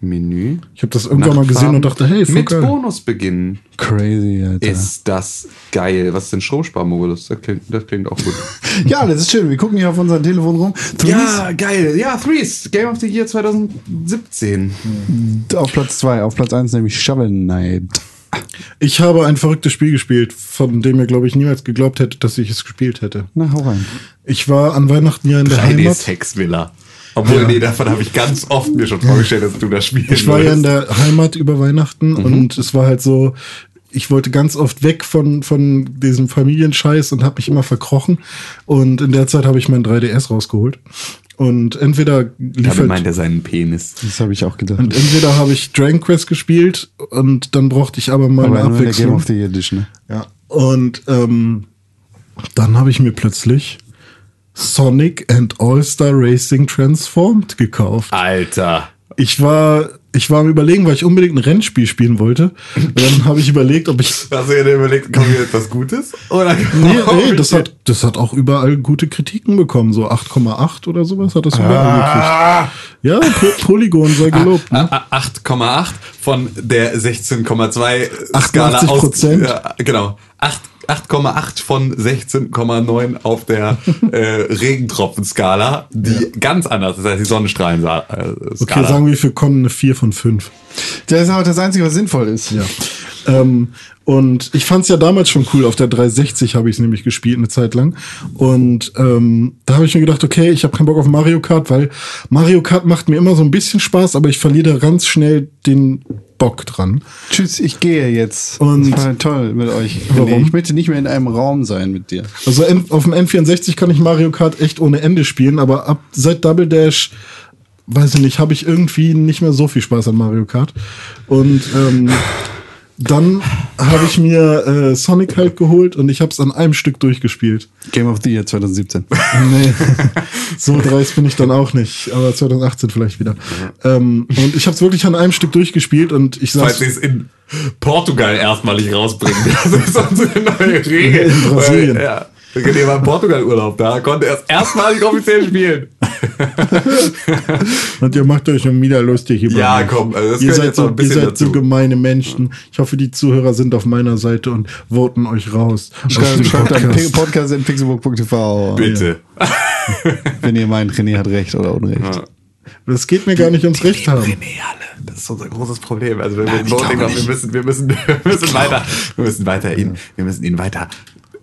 S4: Menü.
S3: Ich habe das irgendwann mal gesehen
S4: Nachtfarben.
S3: und dachte, hey, voll
S4: Mit
S3: geil.
S4: Bonus beginnen.
S2: Crazy, Alter.
S4: Ist das geil. Was ist denn Stromsparmodus? Das klingt, das klingt auch gut.
S2: Ja, das ist schön. Wir gucken hier auf unserem Telefon rum. Threes
S4: ja, geil. Ja, Threes. Game of the Year 2017.
S2: auf Platz 2, auf Platz 1 nämlich Shovel Knight.
S3: Ich habe ein verrücktes Spiel gespielt, von dem ihr, glaube ich, niemals geglaubt hättet, dass ich es gespielt hätte.
S2: Na, hau rein.
S3: Ich war an Weihnachten ja in der
S4: Deine
S3: Heimat.
S4: Sexvilla. Obwohl, nee, davon habe ich ganz oft mir schon vorgestellt, dass du das spielst.
S2: Mhm.
S3: Ich war ja in der Heimat über Weihnachten und es war halt so, ich wollte ganz oft weg von, von diesem Familienscheiß und habe mich immer verkrochen. Und in der Zeit habe ich meinen 3DS rausgeholt. Und entweder
S4: Damit
S3: liefert.
S4: meint er seinen Penis.
S2: Das habe ich auch gedacht.
S3: und entweder habe ich Dragon Quest gespielt und dann brauchte ich aber mal
S2: Aber
S3: eine
S2: nur in der Game
S3: Abwechslung.
S2: of the Year Edition. ne?
S3: Ja. Und ähm, dann habe ich mir plötzlich Sonic and All-Star Racing Transformed gekauft.
S4: Alter.
S3: Ich war, ich war am überlegen, weil ich unbedingt ein Rennspiel spielen wollte. Und dann habe ich überlegt, ob ich.
S4: Hast du dir denn überlegt, kommt hier etwas Gutes? Oder
S3: Nee, nee, das hat, das hat auch überall gute Kritiken bekommen. So 8,8 oder sowas hat das überall gekriegt. Ja, P Polygon sei gelobt. Ne?
S4: Ah, ah, 8,8 von der 16,2 Skala
S3: 88
S4: aus.
S3: Prozent.
S4: Ja, genau. Acht- 8,8 von 16,9 auf der äh, Regentropfenskala, die ganz anders ist als die äh, Sonnenstrahlenskala.
S3: Okay, sagen wir, wir kommen eine 4 von 5.
S2: Das ist aber das Einzige, was sinnvoll ist.
S3: Ja. Ähm, und ich fand es ja damals schon cool. Auf der 360 habe ich es nämlich gespielt, eine Zeit lang. Und ähm, da habe ich mir gedacht, okay, ich habe keinen Bock auf Mario Kart, weil Mario Kart macht mir immer so ein bisschen Spaß, aber ich verliere da ganz schnell den Bock dran.
S2: Tschüss, ich gehe jetzt.
S3: Und-
S2: das war toll mit euch.
S3: Warum?
S2: Ich möchte nicht mehr in einem Raum sein mit dir.
S3: Also N- auf dem N64 kann ich Mario Kart echt ohne Ende spielen, aber ab seit Double Dash, weiß ich nicht, habe ich irgendwie nicht mehr so viel Spaß an Mario Kart. Und ähm, dann habe ich mir äh, Sonic halt geholt und ich habe es an einem Stück durchgespielt.
S2: Game of the Year 2017.
S3: Nee, so dreist bin ich dann auch nicht, aber 2018 vielleicht wieder. Ähm, und ich habe es wirklich an einem Stück durchgespielt und ich
S4: Falls
S3: saß
S4: sie es in Portugal erstmalig rausbringen. Das ist unsere neue Regel.
S3: In Brasilien.
S4: Weil, Ja. Wir waren Portugal-Urlaub da, konnte erst erstmalig offiziell spielen.
S3: Ah, und ihr macht euch schon wieder lustig über
S4: Ja,
S3: mich.
S4: komm, also das
S3: ihr
S4: gehört
S3: seid,
S4: jetzt noch
S3: so,
S4: ein
S3: ihr
S4: bisschen
S3: seid so
S4: dazu.
S3: gemeine Menschen. Ich hoffe, die Zuhörer sind auf meiner Seite und voten euch raus. aus dem
S2: Schreibt, schreibt an
S3: Podcast.
S2: podcast in pixelburg.tv,
S4: Bitte.
S2: wenn ihr meint, René hat recht oder Unrecht.
S3: Das geht mir gar nicht ums Recht haben.
S4: Nee, alle. Das ist unser großes Problem. Also wenn wir in Voting haben, wir müssen, wir müssen, wir müssen weiter, wir müssen weiter ihn, wir müssen ihn weiter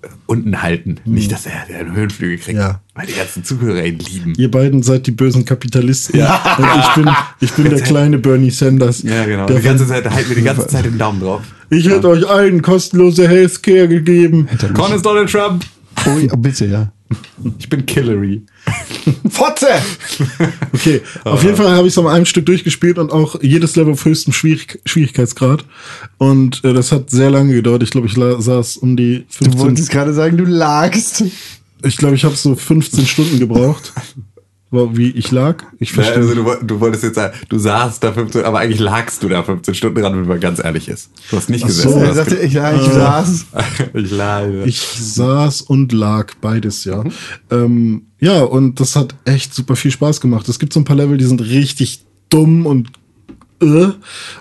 S4: äh, unten halten. Nicht, dass er einen Höhenflügel
S3: Hm.
S4: kriegt,
S3: Ja.
S4: weil die ganzen Zuhörer ihn lieben.
S3: Ihr beiden seid die bösen Kapitalisten.
S4: Ja.
S3: Und ich bin, ich bin der kleine Bernie Sanders.
S4: Ja, genau.
S3: Der
S4: Die ganze Zeit da halten wir die ganze Zeit den Daumen drauf.
S3: ich hätte euch allen kostenlose Healthcare gegeben.
S4: Con ist Donald Trump.
S2: Oh, ja, bitte, ja.
S4: Ich bin Killary.
S2: Fotze!
S3: Okay, auf jeden Fall habe ich es an einem Stück durchgespielt und auch jedes Level auf höchstem Schwierig Schwierigkeitsgrad. Und äh, das hat sehr lange gedauert. Ich glaube, ich la- saß um die
S2: Du wolltest
S3: 15.
S2: gerade sagen, du lagst.
S3: Ich glaube, ich habe so 15 Stunden gebraucht, war- wie ich lag. Ich
S4: Ja,
S3: verstehe.
S4: also du, woll- du wolltest jetzt sagen, du saßt da 15, aber eigentlich lagst du da 15 Stunden dran, wenn man ganz ehrlich ist. Du hast nicht gesessen.
S3: so.
S4: du
S2: Er
S4: hast
S2: sagte, ich, ja, Äh, ich saß.
S4: ge- ich leide.
S3: ich saß und lag beides, ja. Ähm, ja, und das hat echt super viel Spaß gemacht. Es gibt so ein paar Level, die sind richtig dumm und äh.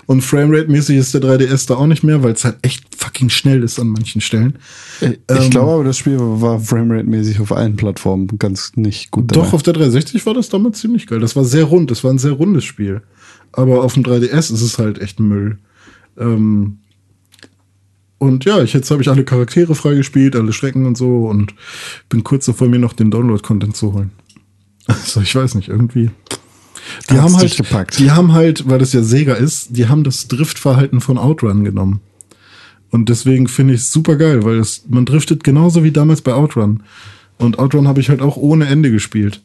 S3: und Framerate-mäßig ist der 3DS da auch nicht mehr, weil es halt echt fucking schnell ist an manchen Stellen.
S2: Ich glaube aber, das Spiel war framerate-mäßig auf allen Plattformen ganz nicht gut.
S3: Doch, auf der 360 war das damals ziemlich geil. Das war sehr rund, das war ein sehr rundes Spiel. Aber auf dem 3DS ist es halt echt Müll. Ähm und ja, ich, jetzt habe ich alle Charaktere freigespielt, alle Strecken und so und bin kurz davor, mir noch den Download-Content zu holen. Also ich weiß nicht, irgendwie. Die
S2: Hat's
S3: haben
S2: dich
S3: halt,
S2: gepackt.
S3: die haben halt, weil das ja Sega ist, die haben das Driftverhalten von Outrun genommen. Und deswegen finde ich es super geil, weil das, man driftet genauso wie damals bei Outrun. Und Outrun habe ich halt auch ohne Ende gespielt.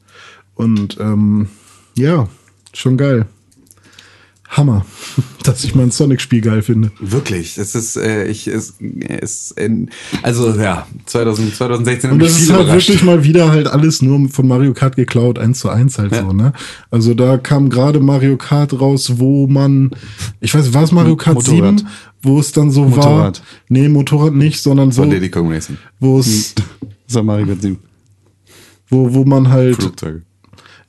S3: Und ähm, ja, schon geil. Hammer, dass ich mein Sonic-Spiel geil finde.
S4: Wirklich, es ist, äh, ich, es, es, in, also ja, 2000, 2016
S3: Und
S4: hat
S3: das
S4: mich
S3: ist
S4: viel
S3: halt
S4: überrascht.
S3: wirklich mal wieder halt alles nur von Mario Kart geklaut, eins zu eins halt so, ne? Also da kam gerade Mario Kart raus, wo man, ich weiß, war es Mario Kart
S2: Motorrad.
S3: 7, wo es dann so
S2: Motorrad.
S3: war. Nee, Motorrad nicht, sondern
S4: von
S3: wo,
S4: Diddy Kong Racing.
S3: wo es,
S2: Hm. Sag mal, Gott, sieben.
S3: wo, wo man halt,
S4: Flugzeuge.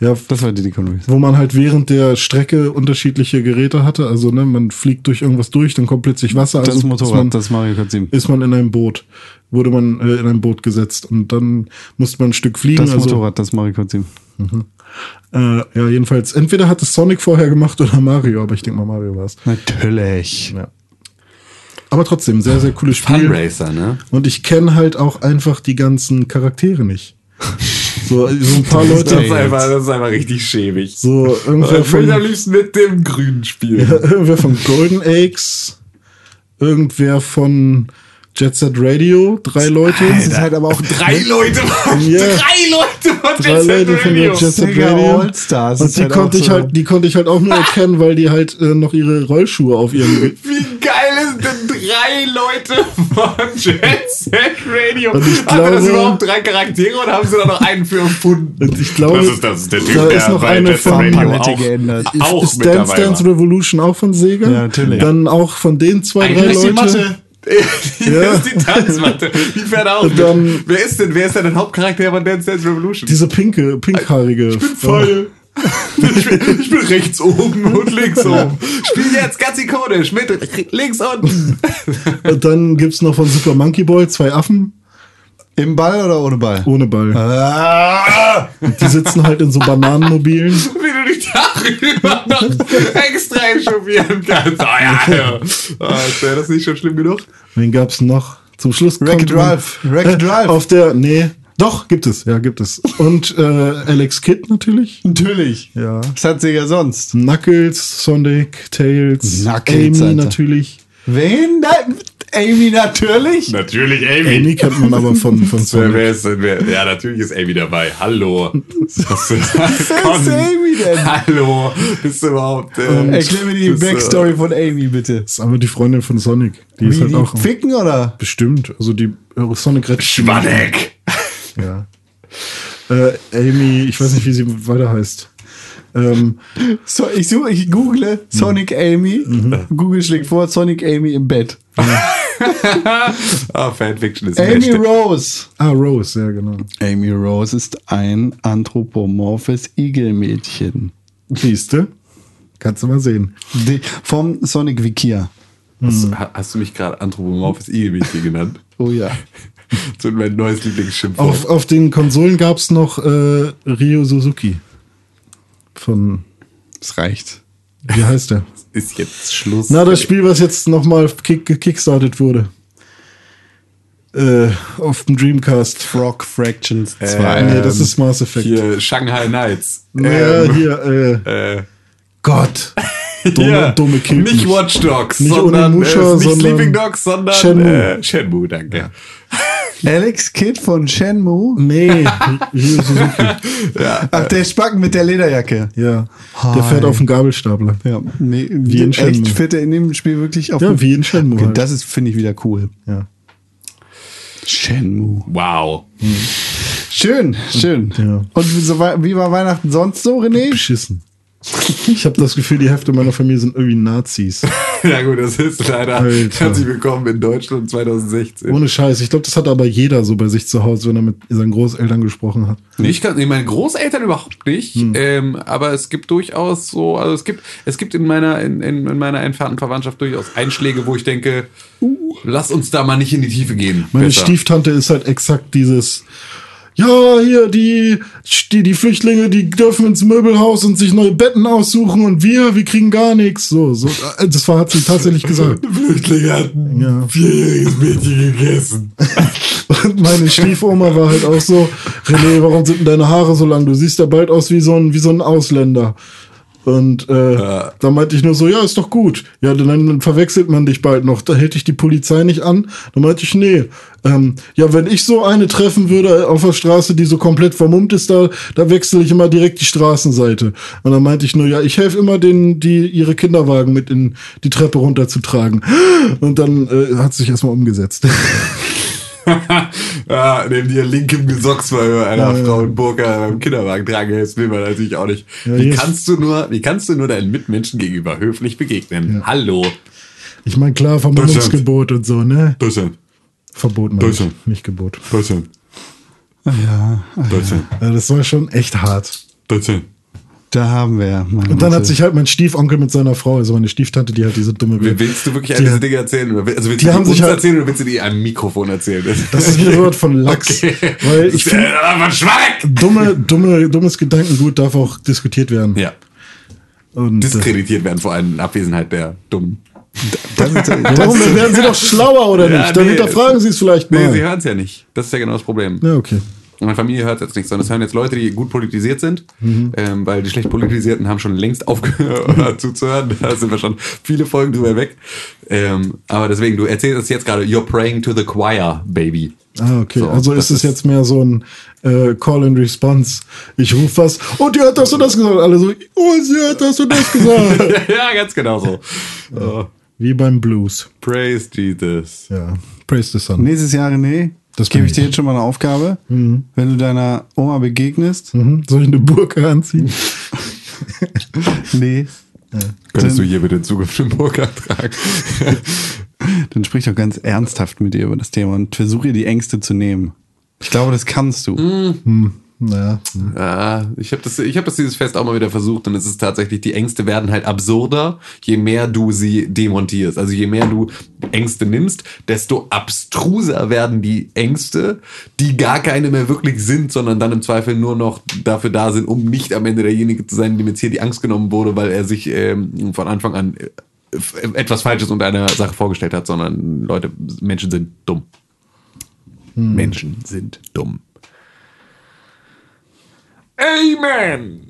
S3: ja,
S2: Das war Diddy Kong Racing.
S3: wo man halt während der Strecke unterschiedliche Geräte hatte. Also, ne, man fliegt durch irgendwas durch, dann kommt plötzlich Wasser.
S2: Das
S3: also
S2: ist Motorrad,
S3: man,
S2: das ist Mario Kart 7.
S3: ist man in einem Boot. Wurde man äh, in ein Boot gesetzt und dann musste man ein Stück fliegen.
S2: Das
S3: also,
S2: Motorrad, das Mario Kart 7.
S3: Äh, ja, jedenfalls. Entweder hat es Sonic vorher gemacht oder Mario, aber ich denke mal, Mario war es.
S2: Natürlich.
S3: Ja. Aber trotzdem, sehr, sehr cooles Spiel.
S4: Funracer, ne?
S3: Und ich kenne halt auch einfach die ganzen Charaktere nicht. So, so ein paar
S4: Das ist,
S3: Leute.
S4: einfach, das ist einfach richtig schäbig.
S3: So,
S4: Aber
S3: irgendwer
S4: ich will am
S3: von,
S4: liebsten mit dem Grünen spielen.
S3: irgendwer von Golden Eggs. irgendwer von Jet Set Radio, drei Leute.
S2: Das ist halt aber auch
S4: Drei Leute,
S3: Ja.
S4: drei Leute von
S3: drei Leute von der
S4: Radio.
S3: Jet Set
S2: Digga,
S3: Radio.
S2: Allstars.
S3: Und
S2: Ist
S3: die
S2: halt
S3: konnte
S2: auch
S3: ich
S2: so.
S3: halt, die konnte ich halt auch nur erkennen, weil die halt äh, noch ihre Rollschuhe auf ihren.
S4: Wie geil ist denn drei Leute von Jet Set Radio?
S3: Und ich
S4: Haben wir das
S3: glaube-
S4: überhaupt drei Charaktere oder haben sie da noch einen für erfunden?
S3: Und ich glaube,
S5: Das ist, das ist der Typ,
S3: da
S5: der
S3: ist noch
S5: bei
S3: eine
S5: Jet Set
S3: von
S5: Radio
S2: Palette
S5: auch,
S2: geändert.
S5: auch
S3: ist
S5: mit
S3: Dance
S5: dabei
S3: Dance
S5: war.
S3: Revolution auch von Sega.
S2: Ja, natürlich.
S3: Dann auch von den zwei, drei
S4: Eigentlich
S3: Leute.
S4: die Matte. Hier ist die Tanzmatte. Die fährt auch.
S3: Und dann-
S4: wer ist denn, wer ist denn der Hauptcharakter von Dance Dance Revolution?
S3: Diese pinke, pinkhaarige. Ich bin
S4: Pfeil. ich, bin, ich bin rechts oben und links oben. Spiel jetzt ganz ikonisch mit r- links unten.
S3: Äh, Und dann gibt's noch von Super Monkey Boy zwei Affen
S2: Im Ball oder ohne Ball?
S3: ohne Ball.
S2: Ah!
S3: Die sitzen halt in so Bananenmobilen.
S4: Wie du dich darüber noch extra echauffieren kannst. Oh, ja, ja. Oh, ist wär das nicht schon schlimm genug?
S3: Wen gab's noch? Zum Schluss
S2: Wreck-It
S3: konnte man-
S2: Ralph. Wreck-It
S3: äh,
S2: Ralph.
S3: Auf der, nee, doch, gibt es, ja, gibt es. Und äh, Alex Kidd natürlich.
S2: Natürlich.
S3: Ja.
S2: Was hat sie ja sonst?
S3: Knuckles, Sonic, Tails,
S2: Knuckles,
S3: Amy
S2: Alter.
S3: natürlich.
S2: Wen? Na, Amy natürlich.
S5: Natürlich Amy.
S3: Amy kennt man aber von, von
S4: Wer,
S3: Sonic.
S4: wer ist denn, wer, ja, natürlich ist Amy dabei. Hallo. Was ist das?
S2: Wer ist Amy denn? Ähm.
S4: Hallo. Bist du überhaupt. Äh,
S2: Erklär mir die
S4: bist du-
S2: Backstory von Amy bitte.
S3: Ist aber die Freundin von Sonic. Die ist
S2: Wie
S3: halt
S2: die
S3: auch
S2: ficken oder?
S3: bestimmt. Also die äh, Sonic rettet. die Menschen.
S4: Schwanek.
S3: Ja. Äh, Amy, ich weiß nicht, wie sie weiter heißt. Ähm,
S2: So, ich suche, ich google Sonic Amy. Google schlägt vor Sonic Amy Mhm. im Bett.
S4: Ah, Fanfiction ist
S2: Amy
S4: Hashtag.
S2: Rose.
S3: ah, Rose, ja, genau.
S2: Amy Rose ist ein anthropomorphes Igelmädchen.
S3: Siehste? Kannst du mal sehen.
S2: Die, vom Sonic Wikia.
S4: Hast, du- Hm. hast du mich gerade anthropomorphes Ehemädchen genannt?
S2: Oh ja.
S4: Das wird mein neues Lieblingsschimpfwort.
S3: Auf, auf den Konsolen gab es noch äh, Ryo Suzuki. Von,
S4: Es reicht.
S3: wie heißt der?
S4: Ist jetzt Schluss.
S3: Na, das Spiel, was jetzt nochmal kick, gekickstartet wurde. Äh, auf dem Dreamcast. Äh,
S2: Frog Fractions 2.
S4: Ähm,
S3: nee, das ist Mass Effect.
S4: Hier, Shanghai Nights.
S3: ja,
S4: Ähm,
S3: hier, äh,
S4: äh,
S3: Gott. Dumme,
S4: hier.
S3: dumme Kind.
S4: Nicht Watch Dogs,
S3: Nicht
S4: sondern,
S3: Onimusha,
S4: äh, nicht
S3: sondern
S4: Sleeping Dogs, sondern
S3: Shenmue.
S4: Äh, Shenmue, danke.
S2: Alex Kidd von Shenmue.
S3: Nee, Ryo Suzuki.
S2: Ach, der Spacken mit der Lederjacke.
S3: Ja.
S2: Hi.
S3: Der fährt auf dem Gabelstapler.
S2: Ja, nee,
S3: Wie in
S2: echt
S3: Shenmue.
S2: fährt er in dem Spiel wirklich auf.
S3: Ja, wie in Shenmue
S2: Okay,
S3: halt.
S2: das ist, finde ich, wieder cool.
S3: Ja.
S2: Shenmue.
S4: Wow.
S2: Schön, schön.
S3: Ja.
S2: Und wie, so, war- wie war Weihnachten sonst so, René?
S3: Beschissen. Ich habe das Gefühl, die Hälfte meiner Familie sind irgendwie Nazis.
S4: ja gut, das ist leider
S3: Alter.
S4: herzlich willkommen in Deutschland 2016.
S3: Ohne Scheiß. Ich glaube, das hat aber jeder so bei sich zu Hause, wenn er mit seinen Großeltern gesprochen hat.
S4: Nee, Ich kann, nee, meine Großeltern überhaupt nicht, ähm, aber es gibt durchaus so, also es gibt, es gibt in meiner, in, in, in meiner entfernten Verwandtschaft durchaus Einschläge, wo ich denke, lass uns da mal nicht in die Tiefe gehen.
S3: Meine
S4: Besser.
S3: Stieftante ist halt exakt dieses. Ja, hier, die, die, die Flüchtlinge, die dürfen ins Möbelhaus und sich neue Betten aussuchen und wir, wir kriegen gar nichts. So, so, äh, das war, hat sie tatsächlich gesagt.
S4: Flüchtlinge hatten
S3: Ja.
S4: vierjähriges Mädchen gegessen.
S3: Und meine Stiefoma war halt auch so, René, warum sind denn deine Haare so lang? Du siehst ja bald aus wie so ein, wie so ein Ausländer. Und äh, da meinte ich nur so, ja, ist doch gut. Ja, dann, dann verwechselt man dich bald noch. Da hält dich die Polizei nicht an. Dann meinte ich, nee. Ähm, ja, wenn ich so eine treffen würde auf der Straße, die so komplett vermummt ist, da, da wechsle ich immer direkt die Straßenseite. Und dann meinte ich nur, ja, ich helfe immer denen, die ihre Kinderwagen mit in die Treppe runterzutragen. Und dann äh, hat sie sich erstmal umgesetzt.
S4: ja, neben dir linkem Gesocks bei einer Frau in Burka beim Kinderwagen tragen, das will man natürlich auch nicht. wie,
S3: jetzt-
S4: kannst du nur, wie kannst du nur deinen Mitmenschen gegenüber höflich begegnen? Hallo.
S3: Ich meine, klar, Vermummungsgebot und so, ne?
S4: Deutschland,
S3: Verbot, meine ich,
S4: Deutschland.
S3: nicht Gebot.
S4: Deutschland,
S2: Ja,
S4: Deutschland,
S3: Also das war schon echt hart.
S4: Deutschland.
S2: da haben wir.
S3: Und dann hat sich halt mein Stiefonkel mit seiner Frau, also meine Stieftante, die hat diese dumme
S4: Will- Willst du wirklich all
S3: Die-
S4: diese Dinge erzählen? Oder will- also willst
S3: Die
S4: du die
S3: haben
S4: uns
S3: sich halt-
S4: erzählen oder willst du die am Mikrofon erzählen?
S3: Das ist wieder Wort von Lachs. Weil ich
S4: äh,
S3: finde,
S4: aber Schwack!
S3: dumme, dumme, dummes Gedankengut darf auch diskutiert werden.
S4: Ja,
S3: Und, äh,
S4: diskreditiert werden vor allem in Abwesenheit der Dummen.
S2: Das ist,
S3: warum dann werden sie doch schlauer oder
S4: Ja,
S3: nicht? Dann
S4: nee.
S3: hinterfragen sie es vielleicht
S4: Nee,
S3: mal.
S4: sie hören es ja nicht. Das ist ja genau das Problem.
S3: ja, okay.
S4: Und meine Familie hört jetzt nicht, sondern es hören jetzt Leute, die gut politisiert sind,
S3: Mhm.
S4: ähm, weil die schlecht politisierten haben schon längst aufgehört zuzuhören. Da sind wir schon viele Folgen drüber weg. Ähm, aber deswegen, du erzählst es jetzt gerade, you're praying to the choir, baby.
S3: Ah, okay.
S4: So,
S3: also
S4: das
S3: ist es jetzt mehr so ein äh, Call and Response. Ich rufe was und ihr hat das und das gesagt. Alle so, oh, sie hat das und das gesagt.
S4: ja, ganz genau so. Oh,
S3: Wie beim Blues.
S4: praise Jesus.
S3: Ja. Praise the Sun.
S2: Nächstes Jahr, René,
S3: Das bin
S2: gebe ich
S3: ich.
S2: dir jetzt schon mal eine Aufgabe. Wenn du deiner Oma begegnest,
S3: Mhm. Soll ich eine Burka anziehen?
S2: nee,
S4: Könntest du hier bitte in Zukunft den Burger tragen?
S2: dann sprich doch ganz ernsthaft mit ihr über das Thema und versuche ihr die Ängste zu nehmen. Ich glaube, das kannst du.
S3: Mhm. naja.
S4: Ja, Ah, ich habe das, ich hab das dieses Fest auch mal wieder versucht und es ist tatsächlich, die Ängste werden halt absurder, je mehr du sie demontierst. Also je mehr du Ängste nimmst, desto abstruser werden die Ängste, die gar keine mehr wirklich sind, sondern dann im Zweifel nur noch dafür da sind, um nicht am Ende derjenige zu sein, dem jetzt hier die Angst genommen wurde, weil er sich ähm, von Anfang an äh, f- etwas Falsches unter einer Sache vorgestellt hat, sondern Leute, Menschen sind dumm. Menschen sind dumm. Amen!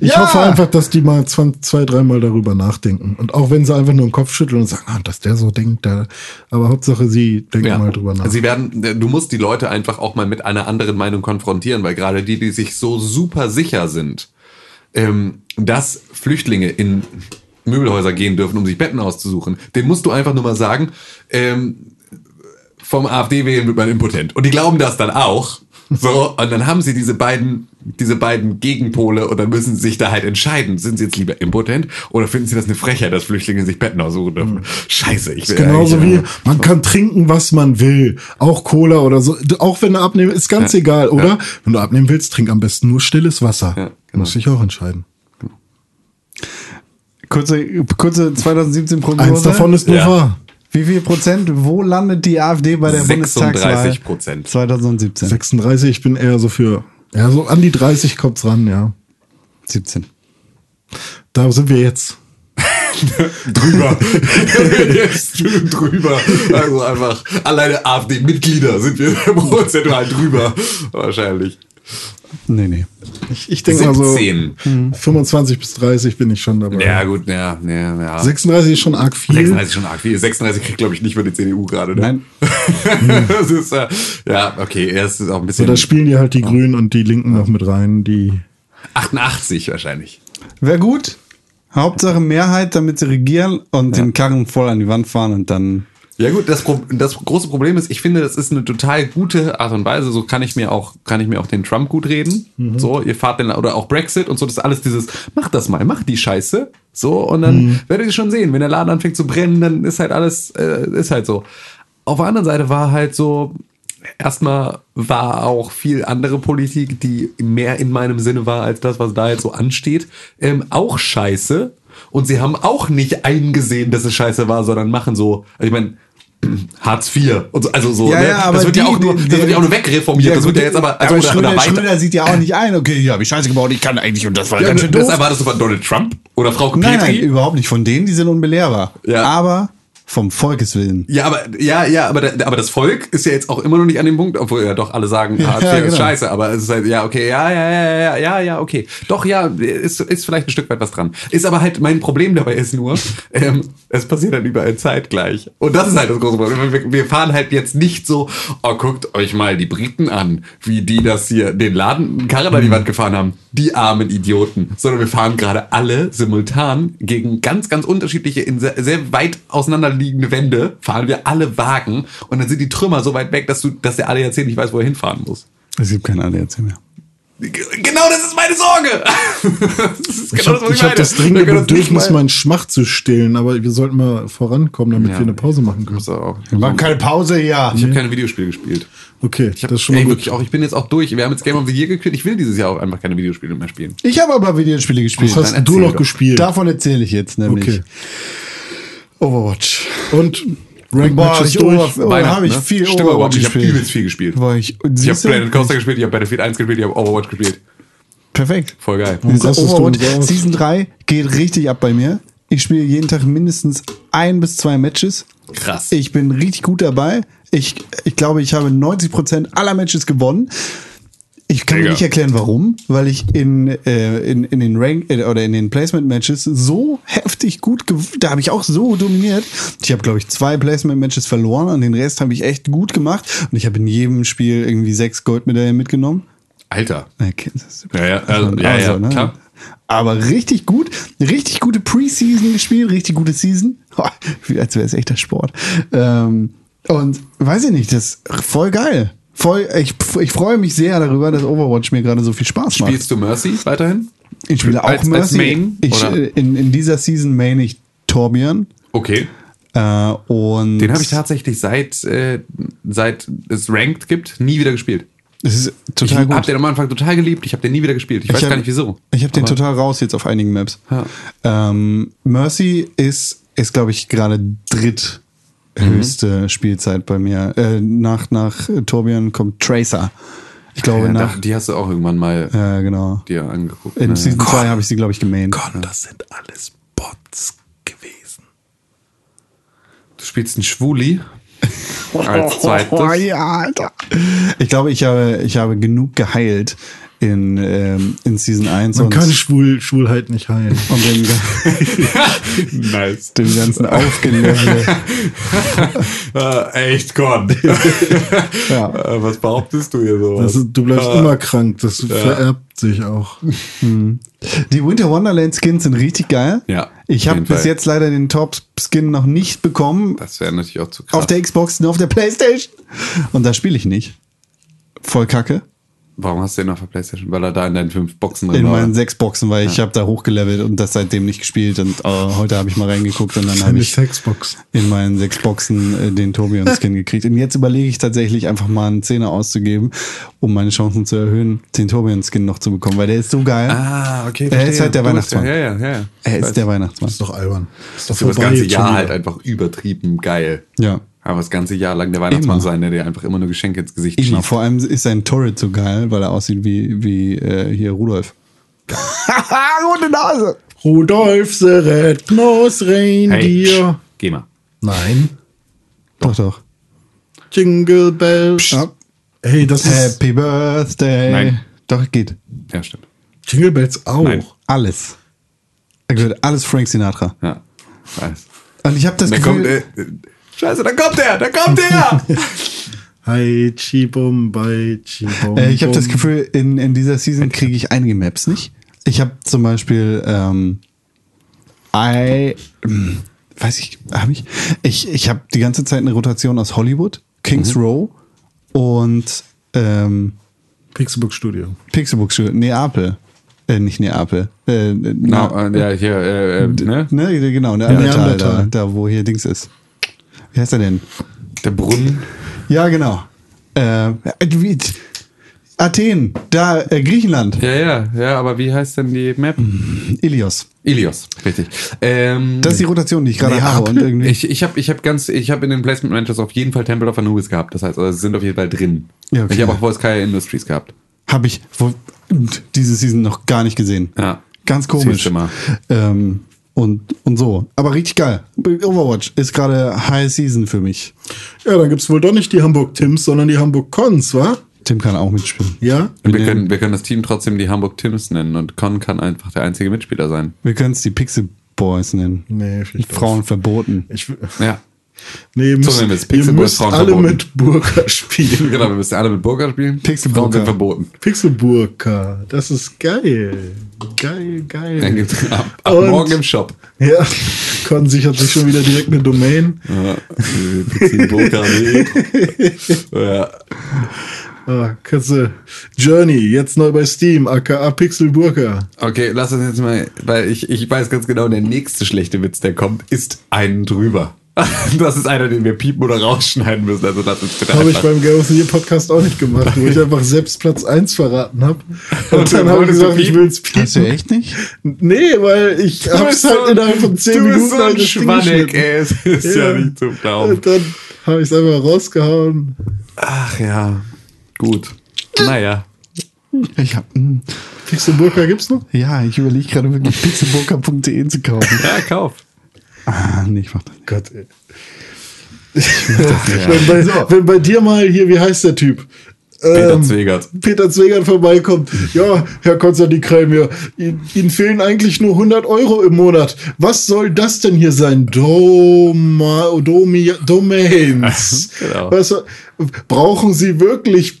S3: Ich hoffe einfach, dass die mal zwei, zwei dreimal darüber nachdenken. Und auch wenn sie einfach nur den Kopf schütteln und sagen, ah, dass der so denkt, der, aber Hauptsache sie denken
S4: Ja.
S3: mal drüber nach.
S4: Sie werden, du musst die Leute einfach auch mal mit einer anderen Meinung konfrontieren, weil gerade die, die sich so super sicher sind, ähm, dass Flüchtlinge in Möbelhäuser gehen dürfen, um sich Betten auszusuchen, den musst du einfach nur mal sagen, ähm, vom AfD wählen wird man impotent. Und die glauben das dann auch. So, und dann haben sie diese beiden, diese beiden Gegenpole und dann müssen sie sich da halt entscheiden. Sind sie jetzt lieber impotent oder finden sie das eine Frechheit, dass Flüchtlinge sich Betten aussuchen dürfen? Scheiße, ich will
S3: Hm. Genauso
S4: eigentlich-
S3: wie man kann trinken, was man will. Auch Cola oder so. D- Auch wenn du abnehmen, ist ganz
S4: Ja.
S3: egal, oder?
S4: Ja.
S3: Wenn du abnehmen willst, trink am besten nur stilles Wasser.
S4: Ja, genau.
S3: Muss ich auch entscheiden.
S2: Kurze, kurze 2017 Prognose.
S3: Eins davon ist nur
S4: Ja.
S3: wahr.
S2: Wie viel Prozent? Wo landet die AfD bei der
S4: 36
S2: Bundestagswahl?
S4: Prozent.
S2: 2017.
S3: 36, ich bin eher so für. Ja, so an die 30 kommt's ran, ja.
S2: 17.
S3: Da sind wir jetzt.
S4: drüber. Jetzt drüber. Also einfach, alleine AfD-Mitglieder sind wir prozentual drüber. Wahrscheinlich.
S2: Nee, nee.
S3: Ich, ich denke mal so 25 bis 30 bin ich schon dabei.
S4: Ja, genau. gut, ja, ja, ja.
S3: 36 ist schon arg viel.
S4: 36 schon arg viel. 36 kriegt, glaube ich, nicht mehr die CDU gerade. Ne?
S2: Nein.
S4: das ist, äh, ja, okay, er ist auch ein
S3: So,
S4: bisschen.
S3: da spielen die halt die Grünen und die Linken noch mit rein. Die
S4: 88 wahrscheinlich.
S2: Wäre gut. Hauptsache Mehrheit, damit sie regieren und den Karren voll an die Wand fahren und dann.
S4: Ja gut, das, Pro das große Problem ist, ich finde, das ist eine total gute Art und Weise. So kann ich mir auch, kann ich mir auch den Trump gut reden. So, ihr fahrt den, oder auch Brexit und so, das ist alles dieses, macht das mal, macht die Scheiße. So, und dann werdet ihr schon sehen, wenn der Laden anfängt zu brennen, dann ist halt alles, äh, ist halt so. Auf der anderen Seite war halt so, erstmal war auch viel andere Politik, die mehr in meinem Sinne war als das, was da jetzt so ansteht, ähm, auch scheiße. Und sie haben auch nicht eingesehen, dass es scheiße war, sondern machen so, also ich meine, Hartz IV und so, also so,
S2: Ja,
S4: ne?
S2: ja, aber
S4: das wird ja
S2: die-
S4: auch nur,
S2: die-
S4: das wird ja auch nur wegreformiert, das wird ja jetzt aber, also oder, oder weiter.
S2: Schröder sieht ja auch nicht ein. Okay, hier habe ich Scheiße gebaut, ich kann eigentlich und das war ganz schön doof.
S4: Das erwartest du von Donald Trump oder Frau Petri?
S2: Nein, nein, überhaupt nicht. Von denen, die sind unbelehrbar.
S4: Ja.
S2: Aber vom Volkeswillen.
S4: Ja, aber ja, ja, aber, da- aber das Volk ist ja jetzt auch immer noch nicht an dem Punkt, obwohl ja doch alle sagen, Hartz IV
S2: ja,
S4: ist
S2: genau.
S4: scheiße, aber es ist halt, ja, okay, ja, ja, ja, ja, ja, ja, okay. Doch, ja, ist, ist vielleicht ein Stück weit was dran. Ist aber halt, mein Problem dabei ist nur, ähm, es passiert halt überall zeitgleich. Und das ist halt das große Problem. Wir, wir fahren halt jetzt nicht so, oh, guckt euch mal die Briten an, wie die das hier, den Laden, einen Karren an die Wand gefahren haben. Die armen Idioten. Sondern wir fahren gerade alle simultan gegen ganz, ganz unterschiedliche, in sehr, sehr weit auseinanderliegende Wände, fahren wir alle Wagen und dann sind die Trümmer so weit weg, dass du, dass der ADAC nicht weiß, wo er hinfahren muss.
S2: Es gibt kein ADAC mehr.
S4: G- Genau das ist meine Sorge. Genau das ist
S3: ich habe hab genau das dringende
S4: Wir können uns nicht
S3: Bedürfnis,
S4: mal-
S3: meinen Schmach zu stillen, aber wir sollten mal vorankommen, damit wir eine Pause machen können.
S4: So, auch.
S2: Wir machen keine Pause hier.
S4: Ich habe keine Videospiele gespielt.
S3: Okay,
S4: Ich hab,
S3: das ist schon mal
S4: ey,
S3: gut.
S4: wirklich auch, ich bin jetzt auch durch. Wir haben jetzt Game of the Year gekriegt. Ich will dieses Jahr auch einfach keine Videospiele mehr spielen.
S2: Ich habe aber Videospiele gespielt.
S3: Was hast
S4: Dann
S3: du
S4: erzähl
S3: noch
S4: doch.
S3: gespielt?
S2: Davon erzähle ich jetzt nämlich.
S3: Okay.
S2: Overwatch.
S3: Und Rank
S2: Boah,
S3: Matches
S2: ich
S3: durch.
S2: Overwatch- Oh,
S4: Weihnachten, ne?
S2: hab ich viel
S4: Stimmt,
S2: Overwatch
S4: Overwatch Ich habe
S2: gespielt.
S4: übelst viel gespielt.
S2: War ich- und
S4: ich habe
S2: siehst du?
S4: Planet Coaster gespielt, ich habe Battlefield 1 gespielt, ich habe Overwatch gespielt.
S2: Perfekt.
S4: Voll geil.
S3: Und das ist
S2: Overwatch
S3: dumm.
S2: Season 3 geht richtig ab bei mir. Ich spiele jeden Tag mindestens ein bis zwei Matches.
S4: Krass.
S2: Ich bin richtig gut dabei. Ich, ich glaube, ich habe 90% aller Matches gewonnen. Ich kann mir
S4: Digga.
S2: nicht erklären, warum, weil ich in, äh, in, in den Rank äh, oder in den Placement-Matches so heftig gut, gew- da habe ich auch so dominiert. Ich habe, glaube ich, zwei Placement-Matches verloren und den Rest habe ich echt gut gemacht. Und ich habe in jedem Spiel irgendwie sechs Goldmedaillen mitgenommen.
S4: Alter.
S2: Na, Kansas.
S4: Ja, ja, also, ja, ja,
S2: ne?
S4: klar.
S2: Aber richtig gut, richtig gute Preseason gespielt, richtig gute Season. Boah, wie als wäre es echter Sport. Ähm, und weiß ich nicht, das ist voll geil. Voll, ich, ich freue mich sehr darüber, dass Overwatch mir gerade so viel Spaß macht.
S4: Spielst du Mercy weiterhin?
S2: ich spiele auch
S4: als- als
S2: Mercy.
S4: Main,
S2: ich,
S4: oder?
S2: äh, in, in dieser Season main ich Torbjörn.
S4: Okay.
S2: Äh, und
S4: Den habe ich tatsächlich seit, äh, seit es Ranked gibt, nie wieder gespielt.
S2: Das ist
S4: Ich
S2: total
S4: habe
S2: gut.
S4: den am Anfang total geliebt, ich habe den nie wieder gespielt. Ich, weiß
S2: hab-
S4: gar nicht wieso.
S2: Ich habe den
S4: Aber-
S2: total raus jetzt auf einigen Maps.
S4: Ja.
S2: Ähm, Mercy ist, ist glaube ich, gerade dritthöchste
S4: Mhm.
S2: Spielzeit bei mir. Äh, nach nach äh, Torbjörn kommt Tracer. Ich glaube,
S4: Ja,
S2: nach.
S4: da, die hast du auch irgendwann mal
S2: Ja, genau.
S4: dir angeguckt.
S2: In
S4: ne?
S2: Season 2 habe ich sie, glaube ich, gemaint.
S4: Gott, das sind alles Bots gewesen. Du spielst einen Schwuli als
S2: Oh
S4: zweites.
S2: ja, Alter. Ich glaube, ich habe, ich habe genug geheilt in, ähm, in Season 1
S3: Man
S2: und,
S3: kann Schwul, Schwulheit nicht heilen.
S2: und dem,
S4: nice.
S2: dem ganzen Aufgelöse.
S4: Äh, echt, Gott.
S2: Ja.
S4: Äh, Was behauptest du hier so?
S3: Das ist, du bleibst immer krank. Das vererbt sich auch.
S2: Die Winter Wonderland Skins sind richtig geil.
S4: Ja,
S2: Ich
S4: auf
S2: habe
S4: jeden
S2: bis
S4: Fall.
S2: jetzt leider den Top Skin noch nicht bekommen.
S4: Das wäre natürlich auch zu krass.
S2: Auf der Xbox, nur auf der Playstation. Und da spiele ich nicht. Voll kacke.
S4: Warum hast du den auf der Playstation? Weil er da in deinen fünf Boxen drin
S2: In
S4: war.
S2: meinen sechs Boxen, weil ich habe da hochgelevelt und das seitdem nicht gespielt. Und äh, heute habe ich mal reingeguckt und dann habe
S3: Eine
S2: ich
S3: Sexbox.
S2: in meinen sechs Boxen äh, den Tobion-Skin gekriegt. Und jetzt überlege ich tatsächlich einfach mal einen Zehner auszugeben, um meine Chancen zu erhöhen, den Tobion-Skin noch zu bekommen, weil der ist so geil.
S4: Ah, okay.
S2: Er ist halt der
S4: Du bist
S2: Weihnachtsmann.
S4: Ja, ja, ja. ja.
S2: er ist der Weihnachtsmann.
S3: Das ist doch albern. Das ist doch
S4: Für das
S3: vorbei
S4: ganze
S3: jetzt
S4: Jahr
S3: schon
S4: halt
S3: wieder.
S4: einfach übertrieben geil.
S2: Ja.
S4: Aber das ganze Jahr lang der Weihnachtsmann
S2: Immer.
S4: sein, der dir einfach immer nur Geschenke ins Gesicht
S2: Immer.
S4: schießt.
S2: Vor allem ist sein Turret so geil, weil er aussieht wie, wie äh, hier Rudolf. Rote Nase!
S3: Rudolf the Red Nose
S4: Hey,
S3: Reindeer.
S4: psch, geh mal.
S3: Nein.
S2: Doch, doch.
S3: Jingle Bells.
S2: Ja.
S3: Hey, das ist
S2: Happy Birthday!
S4: Nein.
S2: Doch, geht.
S4: Ja, stimmt.
S3: Jingle Bells auch.
S4: Nein.
S2: Alles. Da gehört alles Frank Sinatra.
S4: Ja. Weiß.
S2: Und ich habe das
S4: Da
S2: Gefühl,
S4: kommt, äh, äh, Scheiße, da kommt er, da kommt er!
S3: Hi, Chibum, bei Chibum.
S2: äh, ich habe das Gefühl, in, in dieser Season kriege ich einige Maps nicht. Ich habe zum Beispiel, ähm, I, hm, weiß ich, habe ich, ich, ich habe die ganze Zeit eine Rotation aus Hollywood, Kings Row und ähm,
S3: Pixelbook Studio.
S2: Pixelbook Studio, Neapel. Äh, nicht Neapel. Äh, na,
S4: Na, äh, ja, hier, äh, ne? äh, ne?
S2: ne, genau, Neandertal, da,
S3: Neandertal.
S2: da, wo hier Dings ist. Wie heißt er denn?
S4: Der Brunnen.
S2: Ja, genau. Äh, wie- Athen, da, äh, Griechenland,
S4: Ja, ja, ja, aber wie heißt denn die Map?
S2: Ilios.
S4: Ilios, richtig. Ähm,
S2: Das ist die Rotation, die ich gerade habe. Und irgendwie,
S4: ich ich habe ich hab ganz, ich habe in den Placement Managers auf jeden Fall Temple of Anubis gehabt. Das heißt, also, sie sind auf jeden Fall drin.
S2: Ja, okay.
S4: Ich habe auch Volskaya Industries gehabt.
S2: habe ich wohl diese Season noch gar nicht gesehen.
S4: Ja.
S2: Ganz
S4: Siehst
S2: komisch.
S4: du mal.
S2: Ähm, und, und so. Aber richtig geil. Overwatch ist gerade High Season für mich.
S3: Ja, dann gibt's wohl doch nicht die Hamburg Tims, sondern die Hamburg Cons, wa?
S2: Tim kann auch mitspielen.
S3: Ja?
S4: Und wir können, wir können das Team trotzdem die Hamburg Tims nennen und Con kann einfach der einzige Mitspieler sein.
S2: Wir können es die Pixel Boys nennen.
S3: Nee, finde ich doof.
S2: Frauen verboten.
S3: Ich,
S4: Ja.
S3: nee, ihr müsst,
S4: Zumindest
S3: ihr
S4: Pixelburg
S3: müsst
S4: Frauen
S3: alle
S4: verboten.
S3: mit Burka spielen.
S4: Genau, wir müssen alle mit Burger spielen.
S2: Pixelburger.
S4: Frauen sind verboten.
S3: Pixelburka, das ist geil. Geil, geil.
S4: Dann gibt's ab, ab
S3: Und-
S4: morgen im Shop.
S3: Ja, Con sichert sich schon wieder direkt eine Domain.
S4: Ja, äh, Pixelburger, nee. ja.
S3: Ah, kannst du Journey, jetzt neu bei Steam, aka Pixelburka.
S4: Okay, lass uns jetzt mal, weil ich, ich weiß ganz genau, der nächste schlechte Witz, der kommt, ist einen drüber. Das ist einer, den wir piepen oder rausschneiden müssen. Also das ist bitte
S3: Habe ich
S4: einfach-
S3: beim Game of the Year Podcast auch nicht gemacht, wo ich einfach selbst Platz 1 verraten habe. Und dann
S4: dann
S3: habe ich
S4: wolltest
S3: gesagt, ich
S4: du piepen?
S3: will
S2: Hast
S3: es
S2: du
S3: piepen.
S2: echt nicht?
S3: Nee, weil ich
S4: Du
S3: hab's
S4: bist
S3: halt
S4: so-
S3: innerhalb von 10 Minuten
S4: Du bist so
S3: halt
S4: ein
S3: das Ding
S4: Schwanneck,
S3: geschnitten.
S4: ey. Es ist ja. nicht zu glauben.
S3: Und dann habe ich es einfach rausgehauen.
S4: Ach ja, gut. Naja.
S2: Ich hab, mh.
S3: Pixelburka gibt's noch?
S2: ja, ich überlege gerade wirklich pixelburger.de zu kaufen.
S4: Ja, kauf.
S2: Ah, nee, ich mach das nicht.
S3: Gott, ey. Wenn, bei, wenn bei dir mal hier, wie heißt der Typ? Ähm,
S4: Peter Zwegert.
S3: Peter Zwegert vorbeikommt. Ja, Herr Konstantin Kremier, Ihnen, Ihnen fehlen eigentlich nur 100 Euro im Monat. Was soll das denn hier sein? Doma, Domi, Domains.
S4: Genau.
S3: Was, brauchen Sie wirklich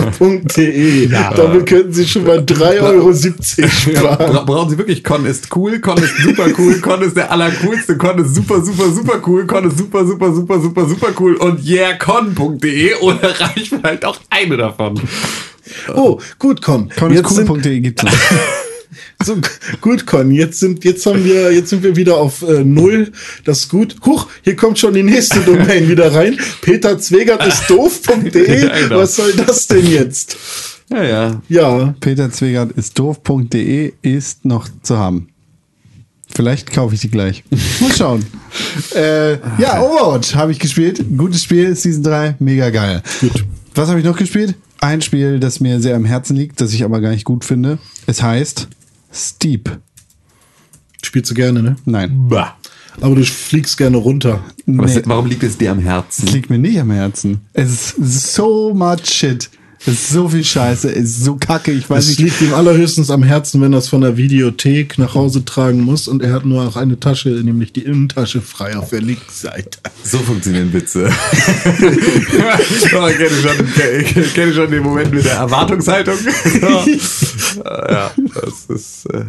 S3: pixelburger.de? Damit könnten Sie schon mal 3,70 Euro sparen.
S4: Bra brauchen Sie wirklich Con ist cool, Con ist super cool, Con ist der allercoolste, Con ist super, super, super cool, Con ist super, super, super, super, super cool und yeahcon.de oder reicht vielleicht auch eine davon.
S3: Oh, gut, komm. Jetzt sind-
S2: Cool.de gibt's noch.
S3: So, gut, Con, jetzt sind, jetzt haben wir, jetzt sind wir wieder auf äh, Null. Das ist gut. Huch, hier kommt schon die nächste Domain wieder rein. Peter Zwegert ist doof.de.
S4: Ja, genau.
S3: Was soll das denn jetzt?
S4: Ja, ja.
S3: Ja,
S2: Peter Zwegert ist doof.de ist noch zu haben. Vielleicht kaufe ich die gleich. Mal schauen. äh, ja, Overwatch habe ich gespielt. Gutes Spiel, Season 3, mega geil. Gut. Was habe ich noch gespielt? Ein Spiel, das mir sehr am Herzen liegt, das ich aber gar nicht gut finde. Es heißt Steep.
S3: spielst du gerne, ne?
S2: Nein,
S4: Bah.
S3: Aber du fliegst gerne runter.
S4: Was,
S2: Nee.
S4: Warum liegt es dir am Herzen?
S2: es liegt mir nicht am Herzen. Es ist so much shit. Es ist so viel Scheiße, es ist so kacke, ich weiß
S3: Es
S2: nicht.
S3: liegt ihm allerhöchstens am Herzen, wenn er es von der Videothek nach Hause tragen muss und er hat nur noch eine Tasche, nämlich die Innentasche frei auf der linken Seite.
S4: So funktionieren Witze. oh, ich kenne schon, ich kenne schon den Moment mit der Erwartungshaltung. ja, ja, das ist. Äh,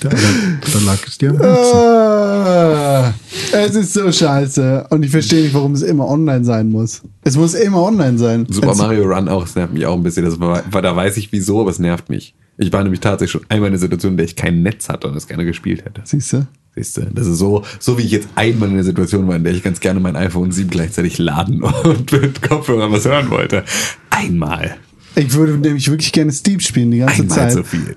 S3: Da, da lag es dir am Herzen.
S2: Ah, Es ist so scheiße. Und ich verstehe nicht, warum es immer online sein muss. Es muss immer online sein.
S4: Super
S2: es,
S4: Mario Run auch, das nervt mich auch ein bisschen. Das war, weil da weiß ich wieso, aber es nervt mich. Ich war nämlich tatsächlich schon einmal in einer Situation, in der ich kein Netz hatte und es gerne gespielt hätte.
S2: Siehst du?
S4: Siehst du, das ist so, so wie ich jetzt einmal in der Situation war, in der ich ganz gerne mein iPhone 7 gleichzeitig laden und mit Kopfhörern was hören wollte. Einmal.
S2: Ich würde nämlich wirklich gerne Steep spielen die ganze
S4: Einmal
S2: Zeit.
S4: so viel.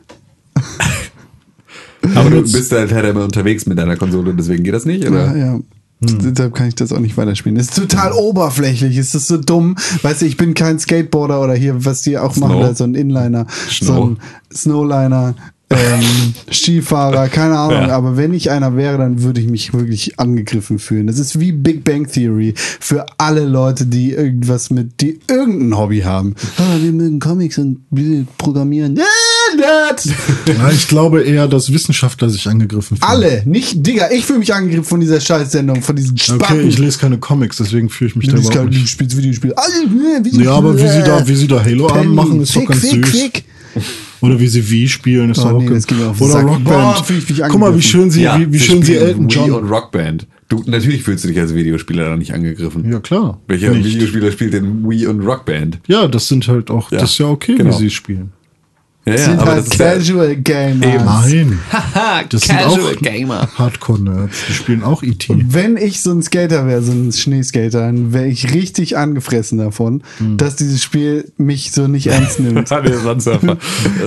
S4: Aber du bist halt leider immer unterwegs mit deiner Konsole und deswegen geht das nicht,
S2: Ja,
S4: oder? Hm.
S2: ja. Deshalb kann ich das auch nicht weiterspielen. Das ist total oberflächlich. Es ist so dumm. Weißt du, ich bin kein Skateboarder oder hier, was die auch machen,
S4: Snow.
S2: da so ein Inliner, so ein Snowliner, ähm, Skifahrer, keine Ahnung.
S4: Ja.
S2: Aber wenn ich einer wäre, dann würde ich mich wirklich angegriffen fühlen. Das ist wie Big Bang Theory für alle Leute, die irgendwas mit, die irgendein Hobby haben. Ah, wir mögen Comics und wir programmieren. Ah, Nerds!
S3: Ja, ich glaube eher, dass Wissenschaftler sich angegriffen fühlen.
S2: Alle, nicht, Digga, ich fühle mich angegriffen von dieser Scheißsendung, von diesen Spacken.
S3: Okay, ich lese keine Comics, deswegen fühle ich mich da
S2: Du bist
S3: überhaupt
S2: kein
S3: nicht.
S2: spielst Videospiele. Also, ne, Videospiele.
S3: Ja, aber wie sie da, wie sie da Halo-Abend
S2: Penny,
S3: machen, ist doch
S2: fick,
S3: ganz
S2: fick,
S3: süß.
S2: fick.
S3: Oder wie sie Wii spielen, ist
S2: Oh,
S3: doch auch
S2: nee, das
S3: ganz
S2: geht mir auf den
S3: Oder
S2: Sack. Boah,
S3: Rockband.
S2: fühl ich mich
S3: Guck mal, wie
S2: angegriffen.
S3: schön sie, wie, wie schön sie
S4: spielen
S3: Elton
S4: Wii
S3: John.
S4: und Rockband. Du, natürlich fühlst du dich als Videospieler da nicht angegriffen.
S3: Ja, klar.
S4: Welcher
S3: Nicht.
S4: Videospieler spielt denn Wii und Rockband?
S3: Ja, das sind halt auch,
S4: Ja,
S3: das ist ja okay,
S4: genau.
S3: wie sie spielen.
S4: Ja,
S2: Sind halt Casual Gamer.
S3: Nein. das sind auch Hardcore-Nerds. Die spielen auch E E.T.
S2: Wenn ich so ein Skater wäre, so ein Schneeskater, dann wäre ich richtig angefressen davon,
S3: Hm.
S2: dass dieses Spiel mich so nicht ernst nimmt.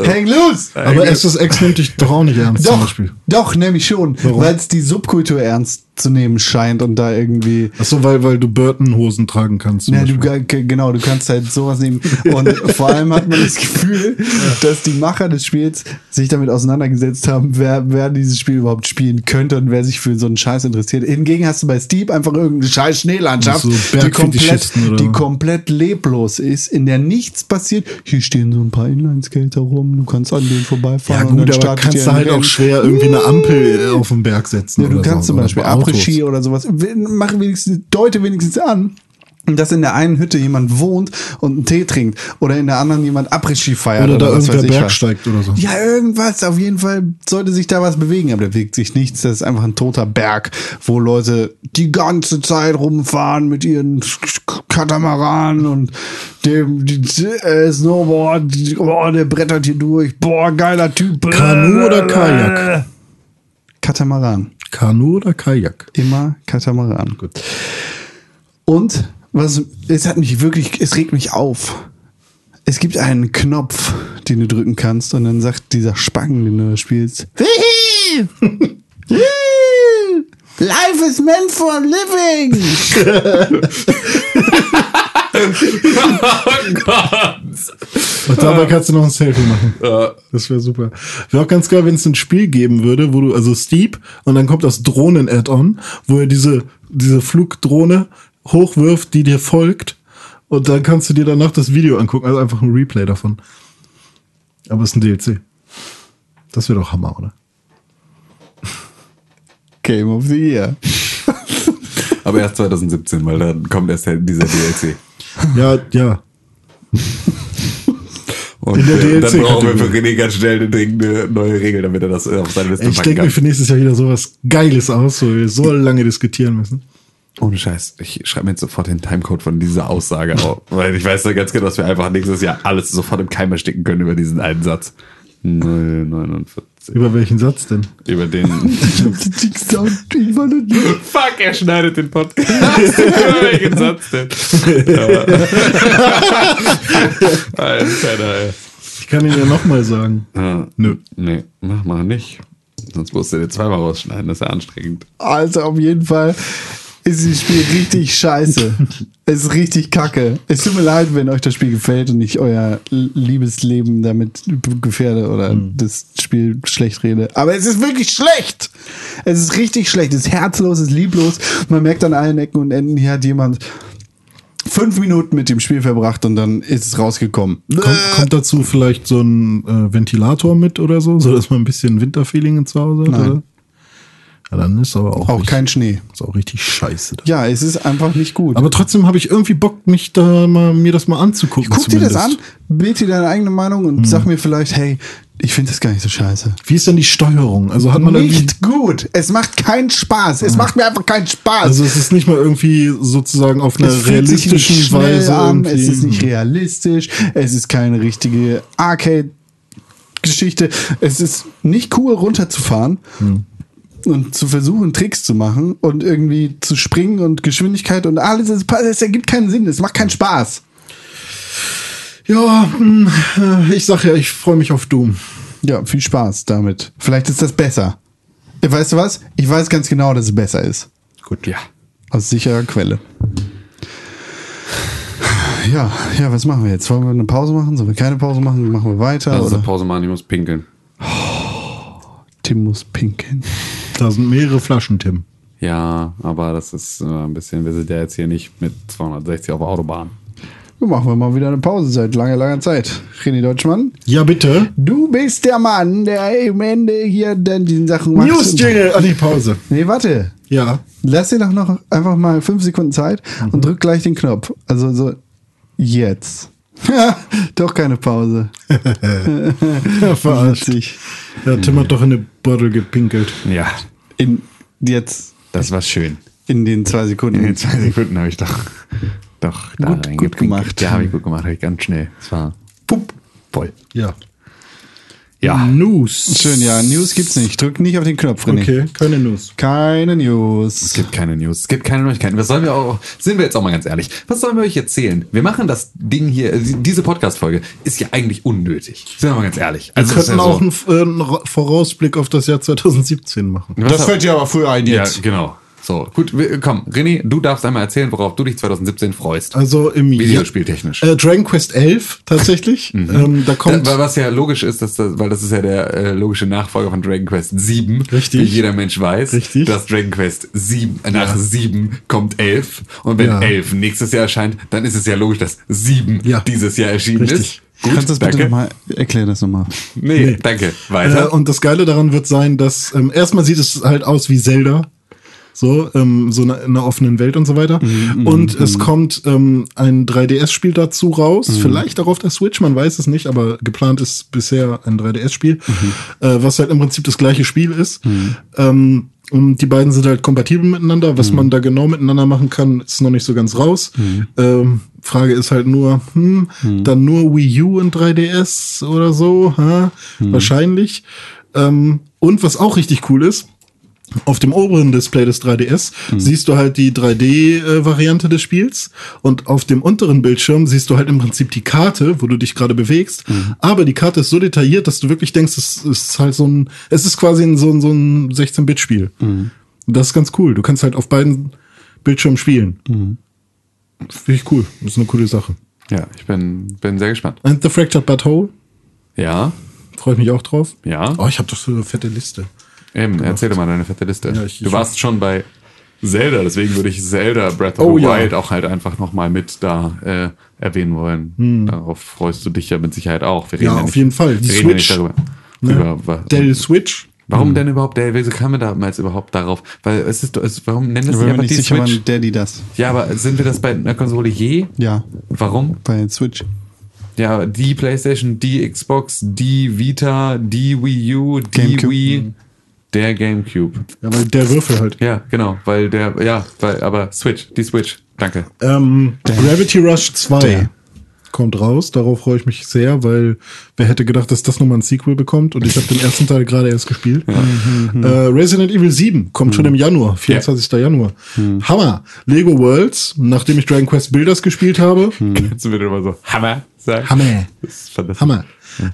S2: Hang loose!
S3: Aber SSX nimmt dich doch auch nicht ernst, zum
S2: Doch,
S3: Beispiel.
S2: doch, nämlich schon,
S3: Warum?
S2: weil es die Subkultur ernst zu nehmen scheint und da irgendwie
S3: Achso, weil, weil du Burton-Hosen tragen kannst. zum
S2: Ja, du,
S3: Beispiel.
S2: ge- ge- genau, du kannst halt sowas nehmen. Und vor allem hat man das Gefühl, dass die Macher des Spiels sich damit auseinandergesetzt haben, wer, wer dieses Spiel überhaupt spielen könnte und wer sich für so einen Scheiß interessiert. Hingegen hast du bei Steep einfach irgendeine scheiß Schneelandschaft,
S3: So
S2: die, komplett,
S3: Bergfetischisten oder
S2: die
S3: so.
S2: komplett leblos ist, in der nichts passiert. Hier stehen so ein paar Inlineskater rum, du kannst an denen
S3: ja,
S2: vorbeifahren. und dann
S3: gut, aber
S2: startet
S3: kannst
S2: ihr
S3: du
S2: ein
S3: halt
S2: Rennen.
S3: auch schwer irgendwie eine Ampel äh, auf den Berg setzen.
S2: Ja, du
S3: oder
S2: kannst
S3: so,
S2: zum Beispiel
S3: oder Autos.
S2: Après-Ski oder sowas. Wenn- Mach wenigstens, deute wenigstens an, dass in der einen Hütte jemand wohnt und einen Tee trinkt oder in der anderen jemand Après-Ski feiert.
S3: Oder da
S2: was
S3: irgendwer
S2: weiß ich
S3: Berg
S2: was.
S3: steigt oder so.
S2: Ja, irgendwas. Auf jeden Fall sollte sich da was bewegen, aber da bewegt sich nichts. Das ist einfach ein toter Berg, wo Leute die ganze Zeit rumfahren mit ihren Katamaranen und dem die, äh, Snowboard. Boah, der brettert hier durch. Boah, geiler Typ.
S3: Kanu oder Kajak?
S2: Katamaran.
S3: Kanu oder Kajak?
S2: Immer Katamaran. Gut. Und was, es hat mich wirklich, es regt mich auf. Es gibt einen Knopf, den du drücken kannst und dann sagt dieser Spangen, den du da spielst. Life is meant for living.
S4: oh Gott.
S3: Und dabei kannst du noch ein Selfie machen.
S4: Ja.
S3: Das wäre super. Wäre auch ganz geil, wenn es ein Spiel geben würde, wo du, also Steep, und dann kommt das Drohnen-Add-on, wo er diese, diese Flugdrohne hochwirft, die dir folgt. Und dann kannst du dir danach das Video angucken, also einfach ein Replay davon. Aber es ist ein DLC. Das wäre doch Hammer, oder?
S2: Game of the Year.
S4: Aber erst 2017, weil dann kommt erst der- dieser DLC.
S3: Ja, ja.
S4: Und
S3: In der
S4: äh, dann
S3: DLC
S4: brauchen wir für
S3: Kategorie.
S4: René ganz schnell eine dringende neue Regel, damit er das äh, auf seine Liste
S3: Ich
S4: packen
S3: denke
S4: kann.
S3: mir für nächstes Jahr wieder sowas Geiles aus, wo wir so lange diskutieren müssen.
S4: Ohne Scheiß, ich schreibe mir jetzt sofort den Timecode von dieser Aussage auf, weil ich weiß ja ganz genau, dass wir einfach nächstes Jahr alles sofort im Keim ersticken können über diesen einen Satz. 049.
S3: Über welchen Satz denn?
S4: Über den. Fuck, er schneidet den Podcast. über welchen Satz denn? Aber- Alter, ey.
S3: Ich kann ihn ja nochmal sagen.
S4: Ja.
S3: Nö.
S4: Nee, mach mal nicht. Sonst musst du dir zweimal rausschneiden, das ist ja anstrengend.
S2: Also auf jeden Fall ist dieses Spiel richtig scheiße. Es ist richtig kacke. Es tut mir leid, wenn euch das Spiel gefällt und ich euer Liebesleben damit gefährde oder das Spiel schlecht rede. Aber es ist wirklich schlecht. Es ist richtig schlecht. Es ist herzlos, es ist lieblos. Man merkt an allen Ecken und Enden, hier hat jemand fünf Minuten mit dem Spiel verbracht und dann ist es rausgekommen.
S3: Kommt, kommt dazu vielleicht so ein äh, Ventilator mit oder so, sodass man ein bisschen Winterfeeling zu Hause hat?
S2: Nein.
S3: Oder? Ja, dann ist aber auch,
S2: Auch
S3: richtig,
S2: kein Schnee.
S3: ist auch richtig scheiße. Das.
S2: Ja, es ist einfach nicht gut.
S3: Aber trotzdem habe ich irgendwie Bock, mich da mal, mir das mal anzugucken.
S2: Guck dir das an,
S3: zumindest. Hm.
S2: bild dir deine eigene Meinung und sag mir vielleicht, hey, ich finde das gar nicht so scheiße.
S3: Wie ist denn die Steuerung? Also hat man irgendwie,
S2: Nicht gut. Es macht keinen Spaß. Es macht mir einfach keinen Spaß.
S3: Hm. also es ist nicht mal irgendwie sozusagen auf einer
S2: es fühlt sich nicht
S3: realistischen
S2: schnell
S3: Weise
S2: an,
S3: irgendwie.
S2: es ist nicht realistisch, es ist keine richtige Arcade Geschichte. Es ist nicht cool runterzufahren
S3: Hm.
S2: und zu versuchen Tricks zu machen und irgendwie zu springen und Geschwindigkeit und alles es, es ergibt keinen Sinn, es macht keinen Spaß.
S3: ja, hm, äh, ich sag ja, ich freue mich auf Doom.
S2: Ja, viel Spaß damit. Vielleicht ist das besser. Weißt du was? Ich weiß ganz genau, dass es besser ist.
S4: Gut, ja.
S2: Aus sicherer Quelle. Ja, ja, was machen wir jetzt? Wollen wir eine Pause machen? Sollen wir keine Pause machen? Machen wir weiter?
S4: Lass uns
S2: oder?
S4: eine Pause machen, ich muss pinkeln.
S2: Tim muss pinkeln.
S3: Da sind mehrere Flaschen, Tim.
S4: Ja, aber das ist äh, ein bisschen, wir sind ja jetzt hier nicht mit 260 auf der Autobahn.
S2: Dann machen wir mal wieder eine Pause seit langer, langer Zeit. René Deutschmann,
S3: Ja, bitte.
S2: du bist der Mann, der am Ende hier dann diesen Sachen macht.
S3: News-Jingle an die Pause.
S2: Nee, warte.
S3: Ja.
S2: Lass dir doch noch einfach mal fünf Sekunden Zeit und drück gleich den Knopf. Also so jetzt. doch keine Pause.
S3: Verarscht.
S2: Witzig.
S3: Ja, Tim hat doch in eine Bottle gepinkelt.
S4: Ja,
S2: In, jetzt
S4: das war schön.
S2: in den zwei Sekunden.
S4: In den zwei Sekunden habe ich doch, doch da
S2: Gut- gut
S4: reingepinkelt.
S2: gemacht.
S4: Ja, habe ich gut gemacht, habe ich ganz schnell. Es war pup, voll.
S3: Ja.
S4: Ja,
S3: News.
S2: Schön, ja. News gibt's nicht. Drück nicht auf den Knopf, René.
S3: Okay, keine News.
S2: Keine News.
S4: es gibt keine News, es gibt keine Neuigkeiten. Was sollen wir auch, sind wir jetzt auch mal ganz ehrlich, was sollen wir euch erzählen? Wir machen das Ding hier, äh, diese Podcast-Folge ist ja eigentlich unnötig. Sind wir mal ganz ehrlich.
S3: Wir
S4: es ist
S3: könnten
S4: ja
S3: auch einen, äh, einen Ra- Vorausblick auf das Jahr 2017 machen.
S4: Was hab-
S2: dir aber früh ein
S4: Ja, genau. So, gut, wir, komm, René, du darfst einmal erzählen, worauf du dich 2017 freust.
S3: Also im
S4: Videospieltechnisch.
S3: Ja- Äh, Dragon Quest 11 tatsächlich.
S4: Mhm.
S3: ähm, da kommt.
S4: Da, was ja logisch ist, dass das, weil das ist ja der äh, logische Nachfolger von Dragon Quest 7.
S3: Richtig.
S4: Wie jeder Mensch weiß,
S3: Richtig.
S4: dass Dragon Quest 7, äh, nach 7 kommt 11. Und wenn
S3: Ja.
S4: 11 nächstes Jahr erscheint, dann ist es ja logisch, dass 7
S3: Ja.
S4: dieses Jahr erschienen
S3: Richtig.
S4: ist. Gut,
S2: Kannst du das bitte
S4: danke.
S2: nochmal erklären, das nochmal?
S4: Nee, danke.
S3: äh,
S4: Weiter.
S3: und das Geile daran wird sein, dass ähm, erstmal sieht es halt aus wie Zelda. So, ähm, so ne- in einer offenen Welt und so weiter. und es kommt ähm, ein 3DS-Spiel dazu raus. Vielleicht auch auf der Switch, man weiß es nicht, aber geplant ist bisher ein 3DS-Spiel, äh, was halt im Prinzip das gleiche Spiel ist. Ähm, und die beiden sind halt kompatibel miteinander. Was man da genau miteinander machen kann, ist noch nicht so ganz raus. Ähm, Frage ist halt nur, hm, dann nur Wii U und 3DS oder so, ha? wahrscheinlich. Ähm, und was auch richtig cool ist, auf dem oberen Display des 3DS siehst du halt die 3D-Variante des Spiels und auf dem unteren Bildschirm siehst du halt im Prinzip die Karte, wo du dich gerade bewegst. Aber die Karte ist so detailliert, dass du wirklich denkst, es ist halt so ein, es ist quasi ein, so ein, so ein 16-Bit-Spiel. Und Das ist ganz cool. Du kannst halt auf beiden Bildschirmen spielen. Finde ich cool. Ist eine coole Sache.
S4: Ja, ich bin, bin sehr gespannt.
S3: And the Fractured But Whole.
S4: Ja,
S3: Freue ich mich auch drauf.
S4: Ja.
S3: Oh, ich habe doch so eine fette Liste.
S4: eben, erzähl doch mal deine fette Liste.
S3: Genau. Ja, ich-
S4: du warst schon bei Zelda, deswegen würde ich Zelda Breath of
S3: Oh,
S4: the
S3: ja.
S4: Wild auch halt einfach nochmal mit da äh, erwähnen wollen. Darauf freust du dich ja mit Sicherheit auch. Wir reden
S3: Hm. Ja, auf
S4: nicht,
S3: jeden Fall. Die
S4: Die reden ja nicht
S3: Switch.
S4: darüber.
S3: Ne? Hm.
S4: Über, wa-
S3: Dell Switch.
S4: warum denn überhaupt, der, wieso kam er damals überhaupt darauf? Weil es ist, es, warum nennen es
S2: Ich
S4: nicht
S2: bin mir
S4: einfach
S2: nicht
S4: die
S2: sicher,
S4: Switch?
S2: wann Daddy das.
S4: Ja, aber sind wir das bei einer Konsole je?
S2: Ja,
S4: Warum?
S2: bei Switch.
S4: Ja, die PlayStation, die Xbox, die Vita, die Wii U, die
S2: GameCube.
S3: Hm.
S4: Wii, der GameCube.
S3: Ja, weil der Würfel halt.
S4: Ja, genau, weil der, ja, weil, aber Switch, die Switch, danke.
S3: Ähm, Gravity Rush 2
S2: Der.
S3: kommt raus. Darauf freue ich mich sehr, weil wer hätte gedacht, dass das nochmal ein Sequel bekommt? Und ich habe den ersten Teil gerade erst gespielt. äh, Resident Evil 7 kommt
S4: Hm.
S3: schon im Januar, 24. Januar. Hammer. Lego Worlds, nachdem ich Dragon Quest Builders gespielt habe.
S4: Jetzt wird immer so Hammer sagen.
S3: Hammer.
S4: Das ist fantastisch.
S3: Hammer.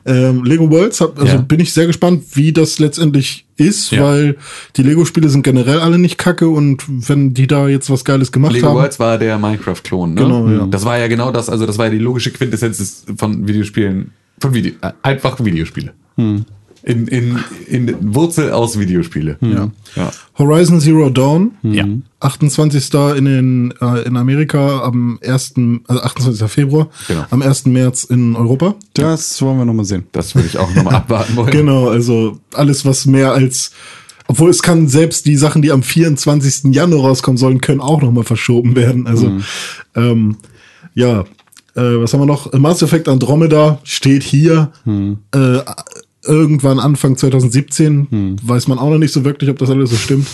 S3: Ähm, Lego Worlds, hab, also
S4: Ja.
S3: bin ich sehr gespannt, wie das letztendlich ist,
S4: Ja.
S3: weil die Lego-Spiele sind generell alle nicht kacke und wenn die da jetzt was Geiles gemacht
S4: Lego
S3: haben.
S4: Worlds war der Minecraft-Klon, ne?
S3: Genau, ja.
S4: Das war ja genau das, also das war ja die logische Quintessenz des- von Videospielen, von Video, äh, einfach Videospiele.
S3: Hm.
S4: In, in, in Wurzel aus Videospiele.
S3: Hm.
S4: Ja. ja.
S3: Horizon Zero Dawn,
S4: Mhm. Ja.
S3: 28. in, den, äh, in Amerika, am 1., also 28. Februar,
S4: Genau.
S3: am 1. März in Europa.
S2: Das wollen wir nochmal sehen.
S4: Das würde ich auch nochmal abwarten wollen.
S3: Genau, also alles, was mehr als, obwohl es kann selbst die Sachen, die am 24. Januar rauskommen sollen, können auch nochmal verschoben werden. Also, ähm, ja, äh, was haben wir noch? Mass Effect Andromeda steht hier. Äh, Irgendwann Anfang 2017 weiß man auch noch nicht so wirklich, ob das alles so stimmt.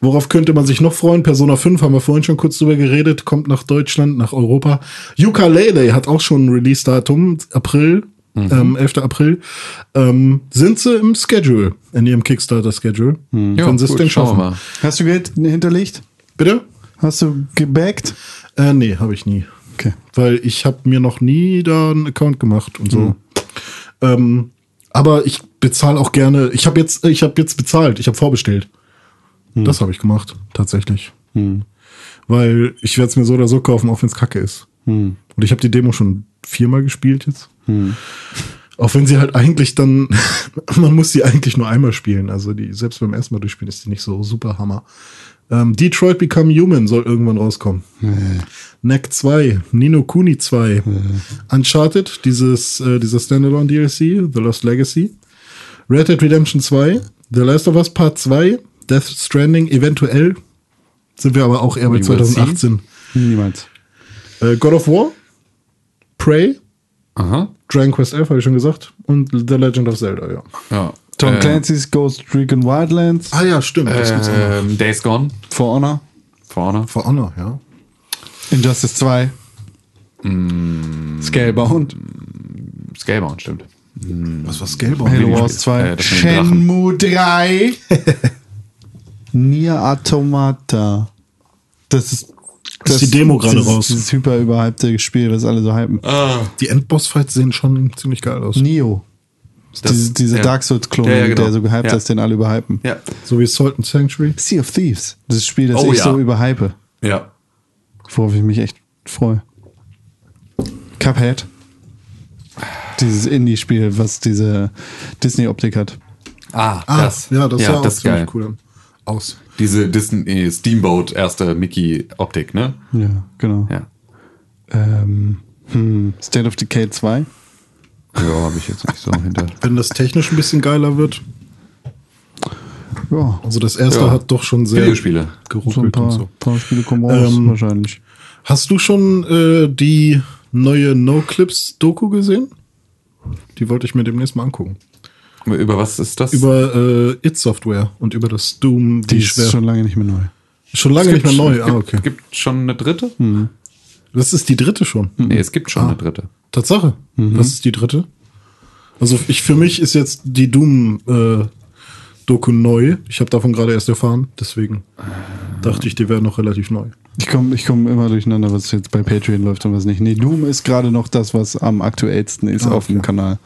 S3: Worauf könnte man sich noch freuen? Persona 5 haben wir vorhin schon kurz drüber geredet, kommt nach Deutschland, nach Europa. Ukulele hat auch schon ein Release-Datum, April,
S4: Mhm.
S3: ähm, 11. April. Ähm, sind sie im Schedule, in ihrem Kickstarter-Schedule?
S4: Mhm. Ja,
S3: Können sie es
S4: gut,
S3: denn
S4: schauen wir
S3: schaffen?
S4: mal.
S2: Hast du Geld hinterlegt?
S3: Bitte?
S2: Hast du gebackt?
S3: Äh, nee, habe ich nie.
S2: Okay.
S3: Weil ich habe mir noch nie da einen Account gemacht und so.
S4: Mhm.
S3: Ähm, aber ich bezahle auch gerne. Ich habe jetzt, ich habe jetzt bezahlt. Ich habe vorbestellt.
S4: Mhm.
S3: Das habe ich gemacht, tatsächlich. Weil ich werde es mir so oder so kaufen, auch wenn es kacke ist.
S4: Mhm.
S3: Und ich habe die Demo schon viermal gespielt jetzt. Auch wenn sie halt eigentlich dann, man muss sie eigentlich nur einmal spielen. Also die, selbst beim ersten Mal durchspielen ist die nicht so super Hammer. Ähm, Detroit Become Human soll irgendwann rauskommen. Neck 2, Nino Kuni 2, Uncharted, dieses, äh, dieser Standalone DLC, The Lost Legacy, Red Dead Redemption 2, The Last of Us Part 2, Death Stranding eventuell, sind wir aber auch eher bei
S4: We will see.
S3: 2018.
S2: Niemals.
S3: Äh, God of War, Prey,
S4: Aha.
S3: Dragon Quest 11 habe ich schon gesagt und The Legend of Zelda, ja.
S4: Ja.
S2: Tom
S4: Äh,
S2: Clancy's Ghost Recon Wildlands.
S3: Ah ja, stimmt, das gibt's
S2: Äh.
S3: auch noch.
S4: Ähm, Days Gone.
S2: For Honor.
S4: Vorne.
S3: For Honor, ja.
S2: Injustice 2. Scalebound.
S4: Scalebound, stimmt.
S3: Was war Scalebound?
S2: Halo
S4: Videospiel.
S2: Wars 2.
S4: Äh, das sind die Drachen.
S2: Shenmue 3. Nier Automata. Das ist.
S3: Ist die Demo gerade
S2: dieses-
S3: raus.
S2: Dieses hyper überhypte Spiel, was alle so hypen.
S3: Die Endboss-Fights sehen schon ziemlich geil aus.
S2: Nio.
S4: Das-
S2: diese diese
S4: ja.
S2: Dark Souls-Klone,
S4: Ja, ja, genau.
S2: der so gehypt
S4: Ja.
S2: ist, den alle überhypen.
S4: Ja.
S3: So wie Salt and Sanctuary.
S2: Sea of Thieves. Das Spiel, das
S4: Oh,
S2: ich
S4: ja.
S2: so überhype.
S4: Ja.
S2: Worauf ich mich echt freue. Cuphead. Dieses Indie-Spiel, was diese Disney-Optik hat.
S4: Ah,
S3: Ah,
S4: das.
S3: ja, das sah auch
S4: das ist
S3: ziemlich
S4: geil.
S3: cool an. aus.
S4: Diese Disney äh, Steamboat erste Mickey Optik, ne?
S2: Ja, genau.
S4: Ja.
S2: Ähm, hm, State of Decay 2.
S4: Ja, habe ich jetzt nicht so hinter.
S3: Wenn das technisch ein bisschen geiler wird.
S2: Ja,
S3: Also das erste
S4: Ja.
S3: hat doch schon sehr
S4: Videospiele.
S2: so ein
S3: geruckelt
S2: paar,
S3: und so.
S2: paar Spiele kommen raus
S3: Ähm,
S2: wahrscheinlich.
S3: Hast du schon äh, die neue No-Clips-Doku gesehen? Die wollte ich mir demnächst mal angucken.
S4: Über was ist das?
S3: Über äh, It Software und über das Doom,
S2: Die
S3: die
S2: ist
S3: schwer. Schon,
S2: schon lange nicht mehr neu.
S3: lange
S4: Es
S3: nicht
S4: gibt
S3: mehr
S4: schon-
S3: neu.
S4: Es
S3: Ah,
S4: gibt,
S3: okay. Hm.
S4: gibt schon eine dritte?
S3: Das ist die dritte schon.
S4: Nee, es gibt
S3: Ah.
S4: schon eine dritte.
S3: Tatsache.
S2: Mhm.
S3: Das ist die dritte. Also ich für mich ist jetzt die Doom äh, Doku neu. Ich habe davon gerade erst erfahren, deswegen dachte ich, die wäre noch relativ neu.
S2: Ich komme ich komm immer durcheinander, was jetzt bei Patreon läuft und was nicht. Nee, Doom ist gerade noch das, was am aktuellsten ist auf dem Kanal.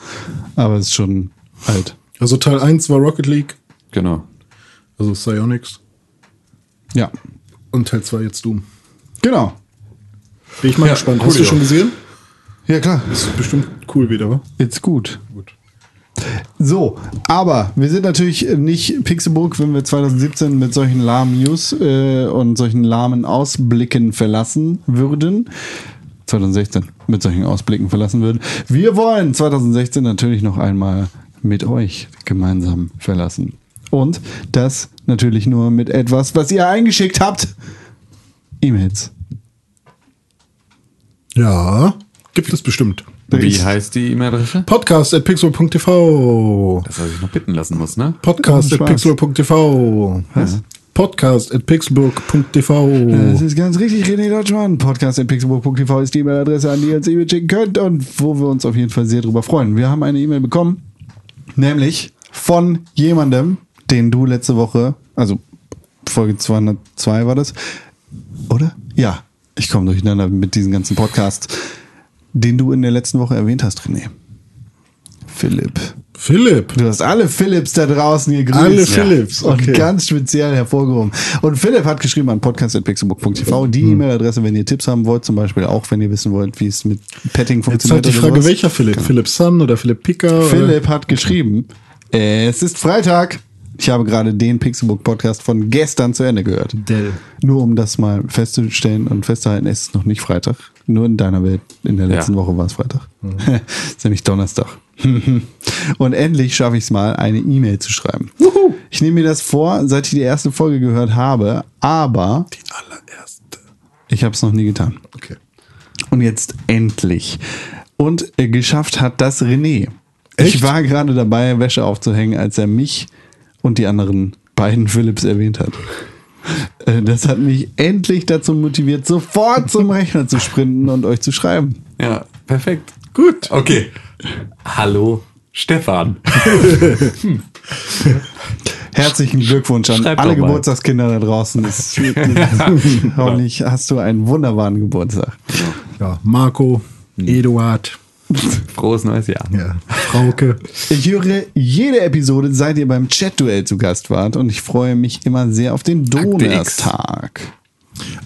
S2: Aber es ist schon alt.
S3: Also Teil 1 war Rocket League,
S4: Genau.
S3: also Psionics
S2: Ja,
S3: und Teil 2 jetzt Doom.
S2: genau.
S3: Bin ich mal
S4: Ja,
S3: gespannt.
S4: cool,
S3: Hast du
S4: ja.
S3: schon gesehen?
S2: Ja, klar.
S3: Ist bestimmt cool wieder, wa?
S2: Jetzt gut. So, aber wir sind natürlich nicht Pixelburg, wenn wir 2017 mit solchen lahmen News äh, und solchen lahmen Ausblicken verlassen würden. 2016 mit solchen Ausblicken verlassen würden. Wir wollen 2016 natürlich noch einmal mit euch gemeinsam verlassen. Und das natürlich nur mit etwas, was ihr eingeschickt habt. E-Mails.
S3: Ja. Gibt es bestimmt.
S4: Wie heißt die E-Mail-Adresse?
S3: Podcast at pixel.tv.
S4: Das habe ich noch bitten lassen muss, ne?
S3: Podcast at
S2: Spaß.
S3: pixel.tv. Was? Podcast at
S2: Das
S3: pixelburg.tv.
S2: ist ganz richtig, René Deutschmann. Podcast in pixelburg.tv ist die E-Mail-Adresse, an die ihr uns E-Mail schicken könnt und wo wir uns auf jeden Fall sehr drüber freuen. Wir haben eine E-Mail bekommen, nämlich von jemandem, den du letzte Woche, also Folge 202 war das, oder? Ja, ich komme durcheinander mit diesem ganzen Podcast, den du in der letzten Woche erwähnt hast, René. Philipp.
S3: Philipp.
S2: Du hast alle Philips da draußen gegrüßt.
S3: Alle Philips, okay.
S2: Und ganz speziell hervorgehoben. Und Philipp hat geschrieben an podcast.pixelbook.tv
S3: Mhm.
S2: die E-Mail-Adresse, wenn ihr Tipps haben wollt, zum Beispiel auch, wenn ihr wissen wollt, wie es mit Petting
S3: Jetzt halt
S2: funktioniert.
S3: die
S2: oder
S3: Frage,
S2: sowas. Genau.
S3: welcher Philipp? Philipp Sun oder Genau. Philipp Picker?
S2: Philipp hat geschrieben, es ist Freitag. Ich habe gerade den Pixelbook-Podcast von gestern zu Ende gehört.
S3: Dell.
S2: Nur um das mal festzustellen und festzuhalten, es ist noch nicht Freitag. Nur in deiner Welt. In der letzten
S4: Ja.
S2: Woche war es Freitag. ist nämlich Donnerstag. und endlich schaffe ich es mal, eine E-Mail zu schreiben. Ich nehme mir das vor, seit ich die erste Folge gehört habe, aber
S3: Allererste.
S2: ich habe es noch nie getan.
S3: Okay.
S2: Und jetzt endlich. Und äh, geschafft hat das René. Ich
S3: Echt?
S2: war gerade dabei, Wäsche aufzuhängen, als er mich und die anderen beiden Philips erwähnt hat. Äh, Das hat mich endlich dazu motiviert, sofort zum Rechner zu sprinten und euch zu schreiben.
S4: Ja, perfekt.
S3: Gut.
S4: Okay. Hallo, Stefan.
S2: Herzlichen Glückwunsch an
S4: Schreib
S2: alle
S4: doch mal.
S2: Geburtstagskinder da draußen. Es- Hoffentlich hast du einen wunderbaren Geburtstag.
S3: Ja, Marco, Eduard,
S4: Frohes neues Jahr.
S3: Hm. ja, Frauke.
S2: Ich höre jede Episode, seit ihr beim Chat-Duell zu Gast wart und ich freue mich immer sehr auf den
S4: Akte X.
S2: Donnerstag.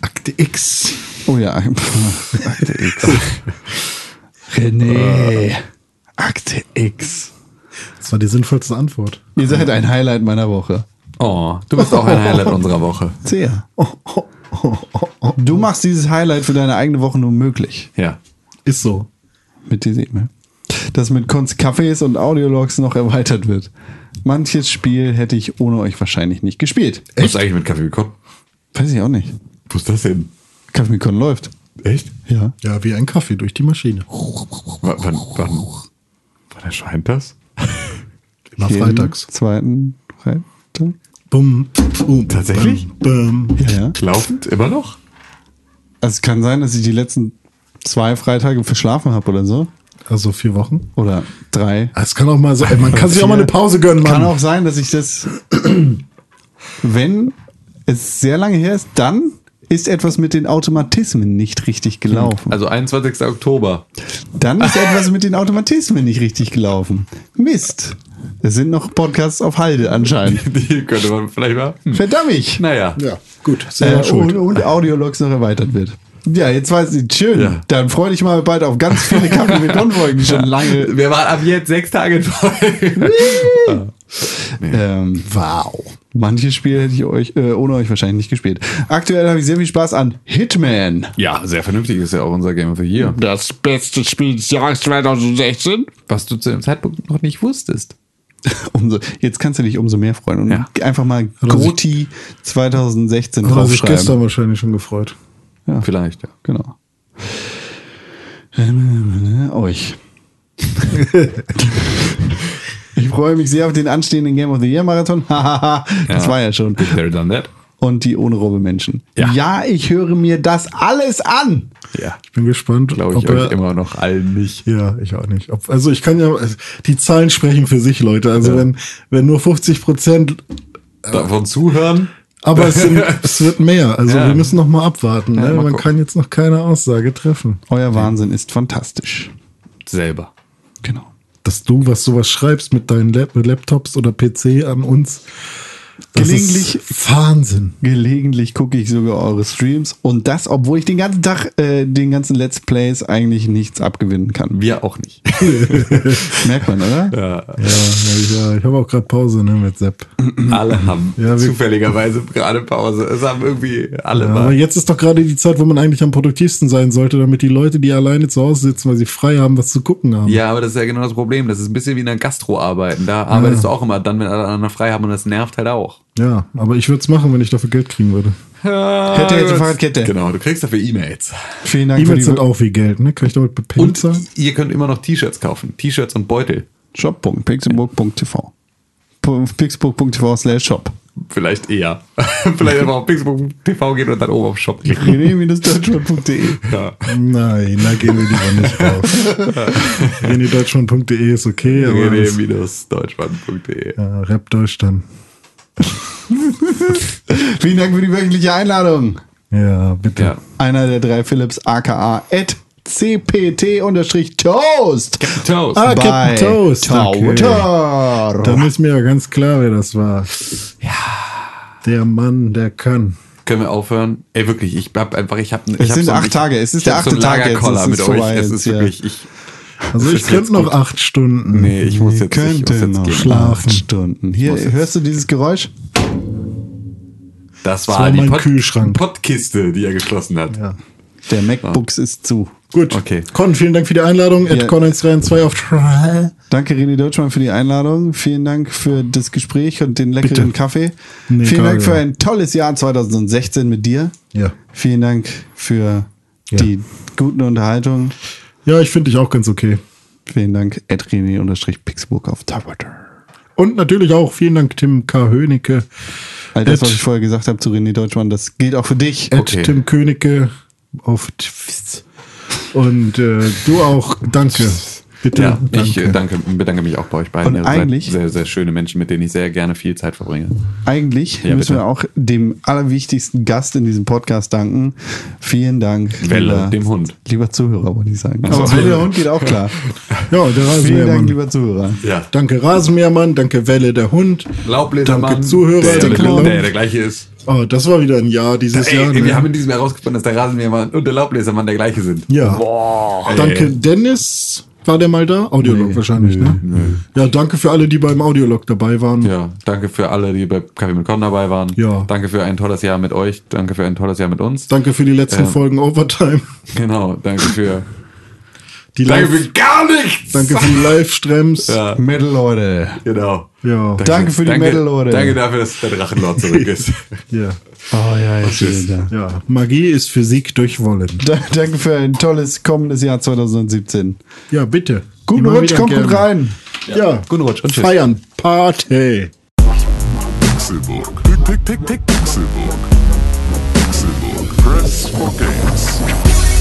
S3: Akte X.
S2: Oh ja, Akte X.
S3: Ah.
S2: René. Äh, Akte X.
S3: Das war die sinnvollste Antwort.
S2: Ihr seid ein Highlight meiner Woche.
S4: Oh, du bist auch ein Highlight unserer Woche.
S2: Sehr. Du machst dieses Highlight für deine eigene Woche nur möglich.
S4: Ja.
S3: Ist so.
S2: Mit dieser E-Mail. Das mit Kunst, Cafés und Audiologs noch erweitert wird. Manches Spiel hätte ich ohne euch wahrscheinlich nicht gespielt.
S4: Was ist eigentlich mit Kaffee gekommen?
S2: Weiß ich auch nicht.
S4: Wo ist das hin?
S2: Kaffeemikon läuft.
S4: Echt?
S2: Ja.
S3: Ja, wie ein Kaffee durch die Maschine.
S4: Wann, wann, wann, wann erscheint das?
S3: Immer
S2: Jeden
S3: freitags.
S2: Zweiten Freitag.
S3: Bum, bum,
S4: Tatsächlich?
S3: Bum, bum.
S2: Ja.
S4: Laufend? Immer noch?
S2: Also es kann sein, dass ich die letzten zwei Freitage verschlafen habe oder so.
S3: Also vier Wochen.
S2: Oder drei.
S3: Ah, Es kann auch mal sein. Man kann sich auch mal eine Pause gönnen, Mann.
S2: Kann auch sein, dass ich das, wenn es sehr lange her ist, dann ist etwas mit den Automatismen nicht richtig gelaufen.
S4: Also 21. Oktober.
S2: Dann ist etwas mit den Automatismen nicht richtig gelaufen. Mist. Es sind noch Podcasts auf Halde anscheinend.
S4: Die könnte man vielleicht mal. Hm.
S2: Verdammt. ich.
S4: Naja.
S3: Ja, gut. Sehr
S2: Äh,
S3: schuld.
S4: oh,
S2: und, und Audiologs noch erweitert wird. Ja, jetzt weiß ich, schön.
S4: Ja.
S2: Dann freue dich mal bald auf ganz viele Kaffee mit Konfolgen, die schon lange.
S4: Wir waren ab jetzt sechs Tage in Folge.
S2: Ah. Ähm,
S3: Wow.
S2: Manches Spiel hätte ich euch, äh, ohne euch wahrscheinlich nicht gespielt. Aktuell habe ich sehr viel Spaß an Hitman.
S4: Ja, sehr vernünftig ist ja auch unser Game of the Year.
S5: das beste Spiel des Jahres 2016.
S4: Was du zu dem Zeitpunkt noch nicht wusstest.
S2: Umso, jetzt kannst du dich umso mehr freuen. Und
S4: Ja.
S2: einfach mal
S3: er sich-
S2: Goti 2016
S3: Hat er sich
S2: draufschreiben.
S3: gestern wahrscheinlich schon gefreut.
S4: Vielleicht, ja.
S2: Genau. Euch. ich freue mich sehr auf den anstehenden Game of the Year Marathon. Hahaha, das
S4: Ja.
S2: war ja schon.
S4: There done that.
S2: Und die ohne Robbe Menschen.
S4: Ja.
S2: ja, ich höre mir das alles an.
S4: Ja.
S3: Ich bin gespannt,
S4: Glaube ich
S3: ob
S4: euch
S3: er
S4: immer noch allen nicht.
S3: Ja, ich auch nicht. Ob, also ich kann ja, also die Zahlen sprechen für sich, Leute. Also
S4: Ja.
S3: wenn, wenn nur 50 Prozent, Äh.
S4: Davon zuhören.
S3: aber es, sind, es wird mehr. Also
S4: Ja.
S3: wir müssen noch mal abwarten. ne?
S4: Ja, mal
S3: Man
S4: gucken.
S3: kann jetzt noch keine Aussage treffen.
S2: Euer Wahnsinn ist fantastisch.
S4: Selber.
S2: Genau.
S3: Dass du was sowas schreibst mit deinen Lap mit Laptops oder PC an uns, Das
S2: Gelegentlich-
S3: ist Wahnsinn.
S2: Gelegentlich gucke ich sogar eure Streams und das, obwohl ich den ganzen Tag, äh, den ganzen Let's Plays eigentlich nichts abgewinnen kann.
S4: Wir auch nicht.
S2: Merkt man, oder?
S3: Ja, ja, ich, ja, ich habe auch gerade Pause ne, mit Sepp.
S4: Alle haben
S3: Ja, wir-
S4: zufälligerweise gerade Pause. Es haben irgendwie alle
S3: Ja, aber
S4: mal.
S3: jetzt ist doch gerade die Zeit, wo man eigentlich am produktivsten sein sollte, damit die Leute, die alleine zu Hause sitzen, weil sie frei haben, was zu gucken haben.
S4: Ja, aber das ist ja genau das Problem. Das ist ein bisschen wie in der Gastro arbeiten. Da arbeitest du auch immer dann, wenn alle anderen frei haben und das nervt halt auch.
S3: Ja, aber ich würde es machen, wenn ich dafür Geld kriegen würde.
S2: Hätte, hätte, Fahrradkette.
S4: Genau, du kriegst dafür E-Mails.
S2: Vielen Dank für
S3: E-Mails sind
S2: die
S3: auch wie Geld, ne? Kann ich damit
S4: Und
S3: Paypal zahlen?
S4: ihr könnt immer noch T-Shirts kaufen. T-Shirts und Beutel.
S2: shop.pixelburg.tv pixelburg.tv slash shop
S4: Vielleicht eher. Vielleicht einfach auf pixelbook.tv gehen und dann oben auf Shop klicken.
S2: rené-deutschland.de
S4: Ja.
S3: Nein, da gehen wir lieber nicht raus. Renedeutschland.de eh ist okay, aber das-
S4: www.deutschland.de
S3: ja, Rap Deutschland.
S2: Vielen Dank für die wöchentliche Einladung.
S3: Ja, bitte.
S4: Ja.
S2: Einer der drei Philips aka at cpt-toast
S4: Toast.
S3: Ah,
S2: bei
S3: Captain Toast.
S2: Tauter.
S4: Oh.
S3: Dann ist mir ja ganz klar, wer das war. Der Mann, der kann.
S4: Können wir aufhören? Ey, wirklich, ich hab einfach, ich hab, ich
S2: Es
S4: hab
S2: sind
S4: so
S2: acht Tage, es ist der achte Tag jetzt, es
S4: Lagerkoller
S2: ist
S4: mit euch.
S2: vorbei
S4: Es
S2: jetzt,
S4: ist
S2: ja.
S4: wirklich, ich,
S3: Also ich
S4: ist jetzt
S3: könnte noch
S4: gut.
S3: acht Stunden.
S4: nee, ich muss jetzt, ich muss
S2: könnte
S4: jetzt
S2: noch
S4: gehen.
S3: schlafen.
S2: acht Stunden. Hier, hörst du dieses Geräusch?
S4: Das
S3: Das
S4: war,
S3: war
S4: die
S3: mein
S4: Pod
S3: Kühlschrank.
S4: Pottkiste, die er geschlossen hat.
S3: Ja.
S2: Der MacBooks ist zu.
S3: Gut.
S4: Okay.
S3: Con, vielen Dank für die Einladung.
S2: Ja.
S3: At Con 132 auf Trial.
S2: Danke, René Deutschmann, für die Einladung. Vielen Dank für das Gespräch und den leckeren
S3: Bitte.
S2: Kaffee.
S3: Nee,
S2: Vielen
S3: klar,
S2: Dank für
S3: ja.
S2: ein tolles Jahr 2016 mit dir.
S3: Ja.
S2: Vielen Dank für
S3: Ja.
S2: die guten Unterhaltungen.
S3: Ja, ich finde dich auch ganz okay.
S2: Vielen Dank, Edrini-Pixburg auf Twitter.
S3: Und natürlich auch vielen Dank Tim K. Hönicke,
S2: All das,
S3: Ed-
S2: was ich vorher gesagt habe zu René Deutschmann, das gilt auch für dich.
S3: at
S4: Okay.
S3: Tim Königke auf Twist. Und äh, du auch. Danke. Bitte.
S4: Ja,
S3: danke.
S4: ich äh, danke, bedanke mich auch bei euch beiden.
S2: Und
S4: Ihr seid
S2: eigentlich-
S4: sehr, sehr schöne Menschen, mit denen ich sehr gerne viel Zeit verbringe.
S2: Eigentlich
S4: Ja,
S2: müssen
S4: bitte.
S2: wir auch dem allerwichtigsten Gast in diesem Podcast danken. Vielen Dank.
S4: Welle,
S2: lieber-
S4: dem Hund.
S2: Lieber Zuhörer, würde ich sagen.
S4: so.
S2: Aber Welle der Hund geht auch klar.
S3: ja, der
S2: Vielen Dank,
S3: Rasenmähermann.
S2: lieber Zuhörer.
S4: Ja.
S3: Danke Rasenmähermann, danke Welle der Hund.
S4: Laubbläsermann.
S3: Danke Zuhörer,
S4: der,
S3: danke
S4: der,
S3: Laub-
S4: der, der gleiche ist.
S3: Oh, das war wieder ein Jahr dieses
S4: Ey,
S3: Jahr.
S4: ey,
S3: ne?
S4: wir haben in diesem Jahr herausgefunden, dass der Rasenmähermann und der Laubbläsermann der gleiche sind.
S3: Ja. Danke, Dennis. War der mal da? Audiolog wahrscheinlich, ne? Ja, danke für alle, die beim Audiolog dabei waren.
S4: Ja, danke für alle, die bei Kaffee mit Con dabei waren.
S3: Ja.
S4: Danke für ein tolles Jahr mit euch. Danke für ein tolles Jahr mit uns.
S3: Danke für die letzten
S4: Ja.
S3: Folgen Overtime.
S4: Genau, danke für.
S3: Die
S4: danke
S3: Live,
S4: für gar nichts!
S3: danke für die Live-Streams. Ja.
S4: Ja,
S2: Metal, Leute.
S4: genau.
S3: Ja.
S2: Danke für die
S4: danke,
S2: Medal-Orde.
S4: Danke dafür, dass der Drachenlord zurück ist.
S3: ja.
S2: Oh ja, jetzt
S4: Tschüss.
S2: wieder.
S3: Magie ist Physik durch Wollen.
S2: Da, danke für ein tolles kommendes Jahr 2017.
S3: Ja, bitte.
S2: Guten
S3: Immer
S2: Rutsch,
S3: wieder
S2: kommt gut
S3: gerne.
S2: rein.
S3: Ja.
S4: Guten Rutsch und tschüss.
S3: Feiern. Party.
S1: Pixelbook. Pick, pick, pick, pick, Pixelbook. Pixelbook. Press for games.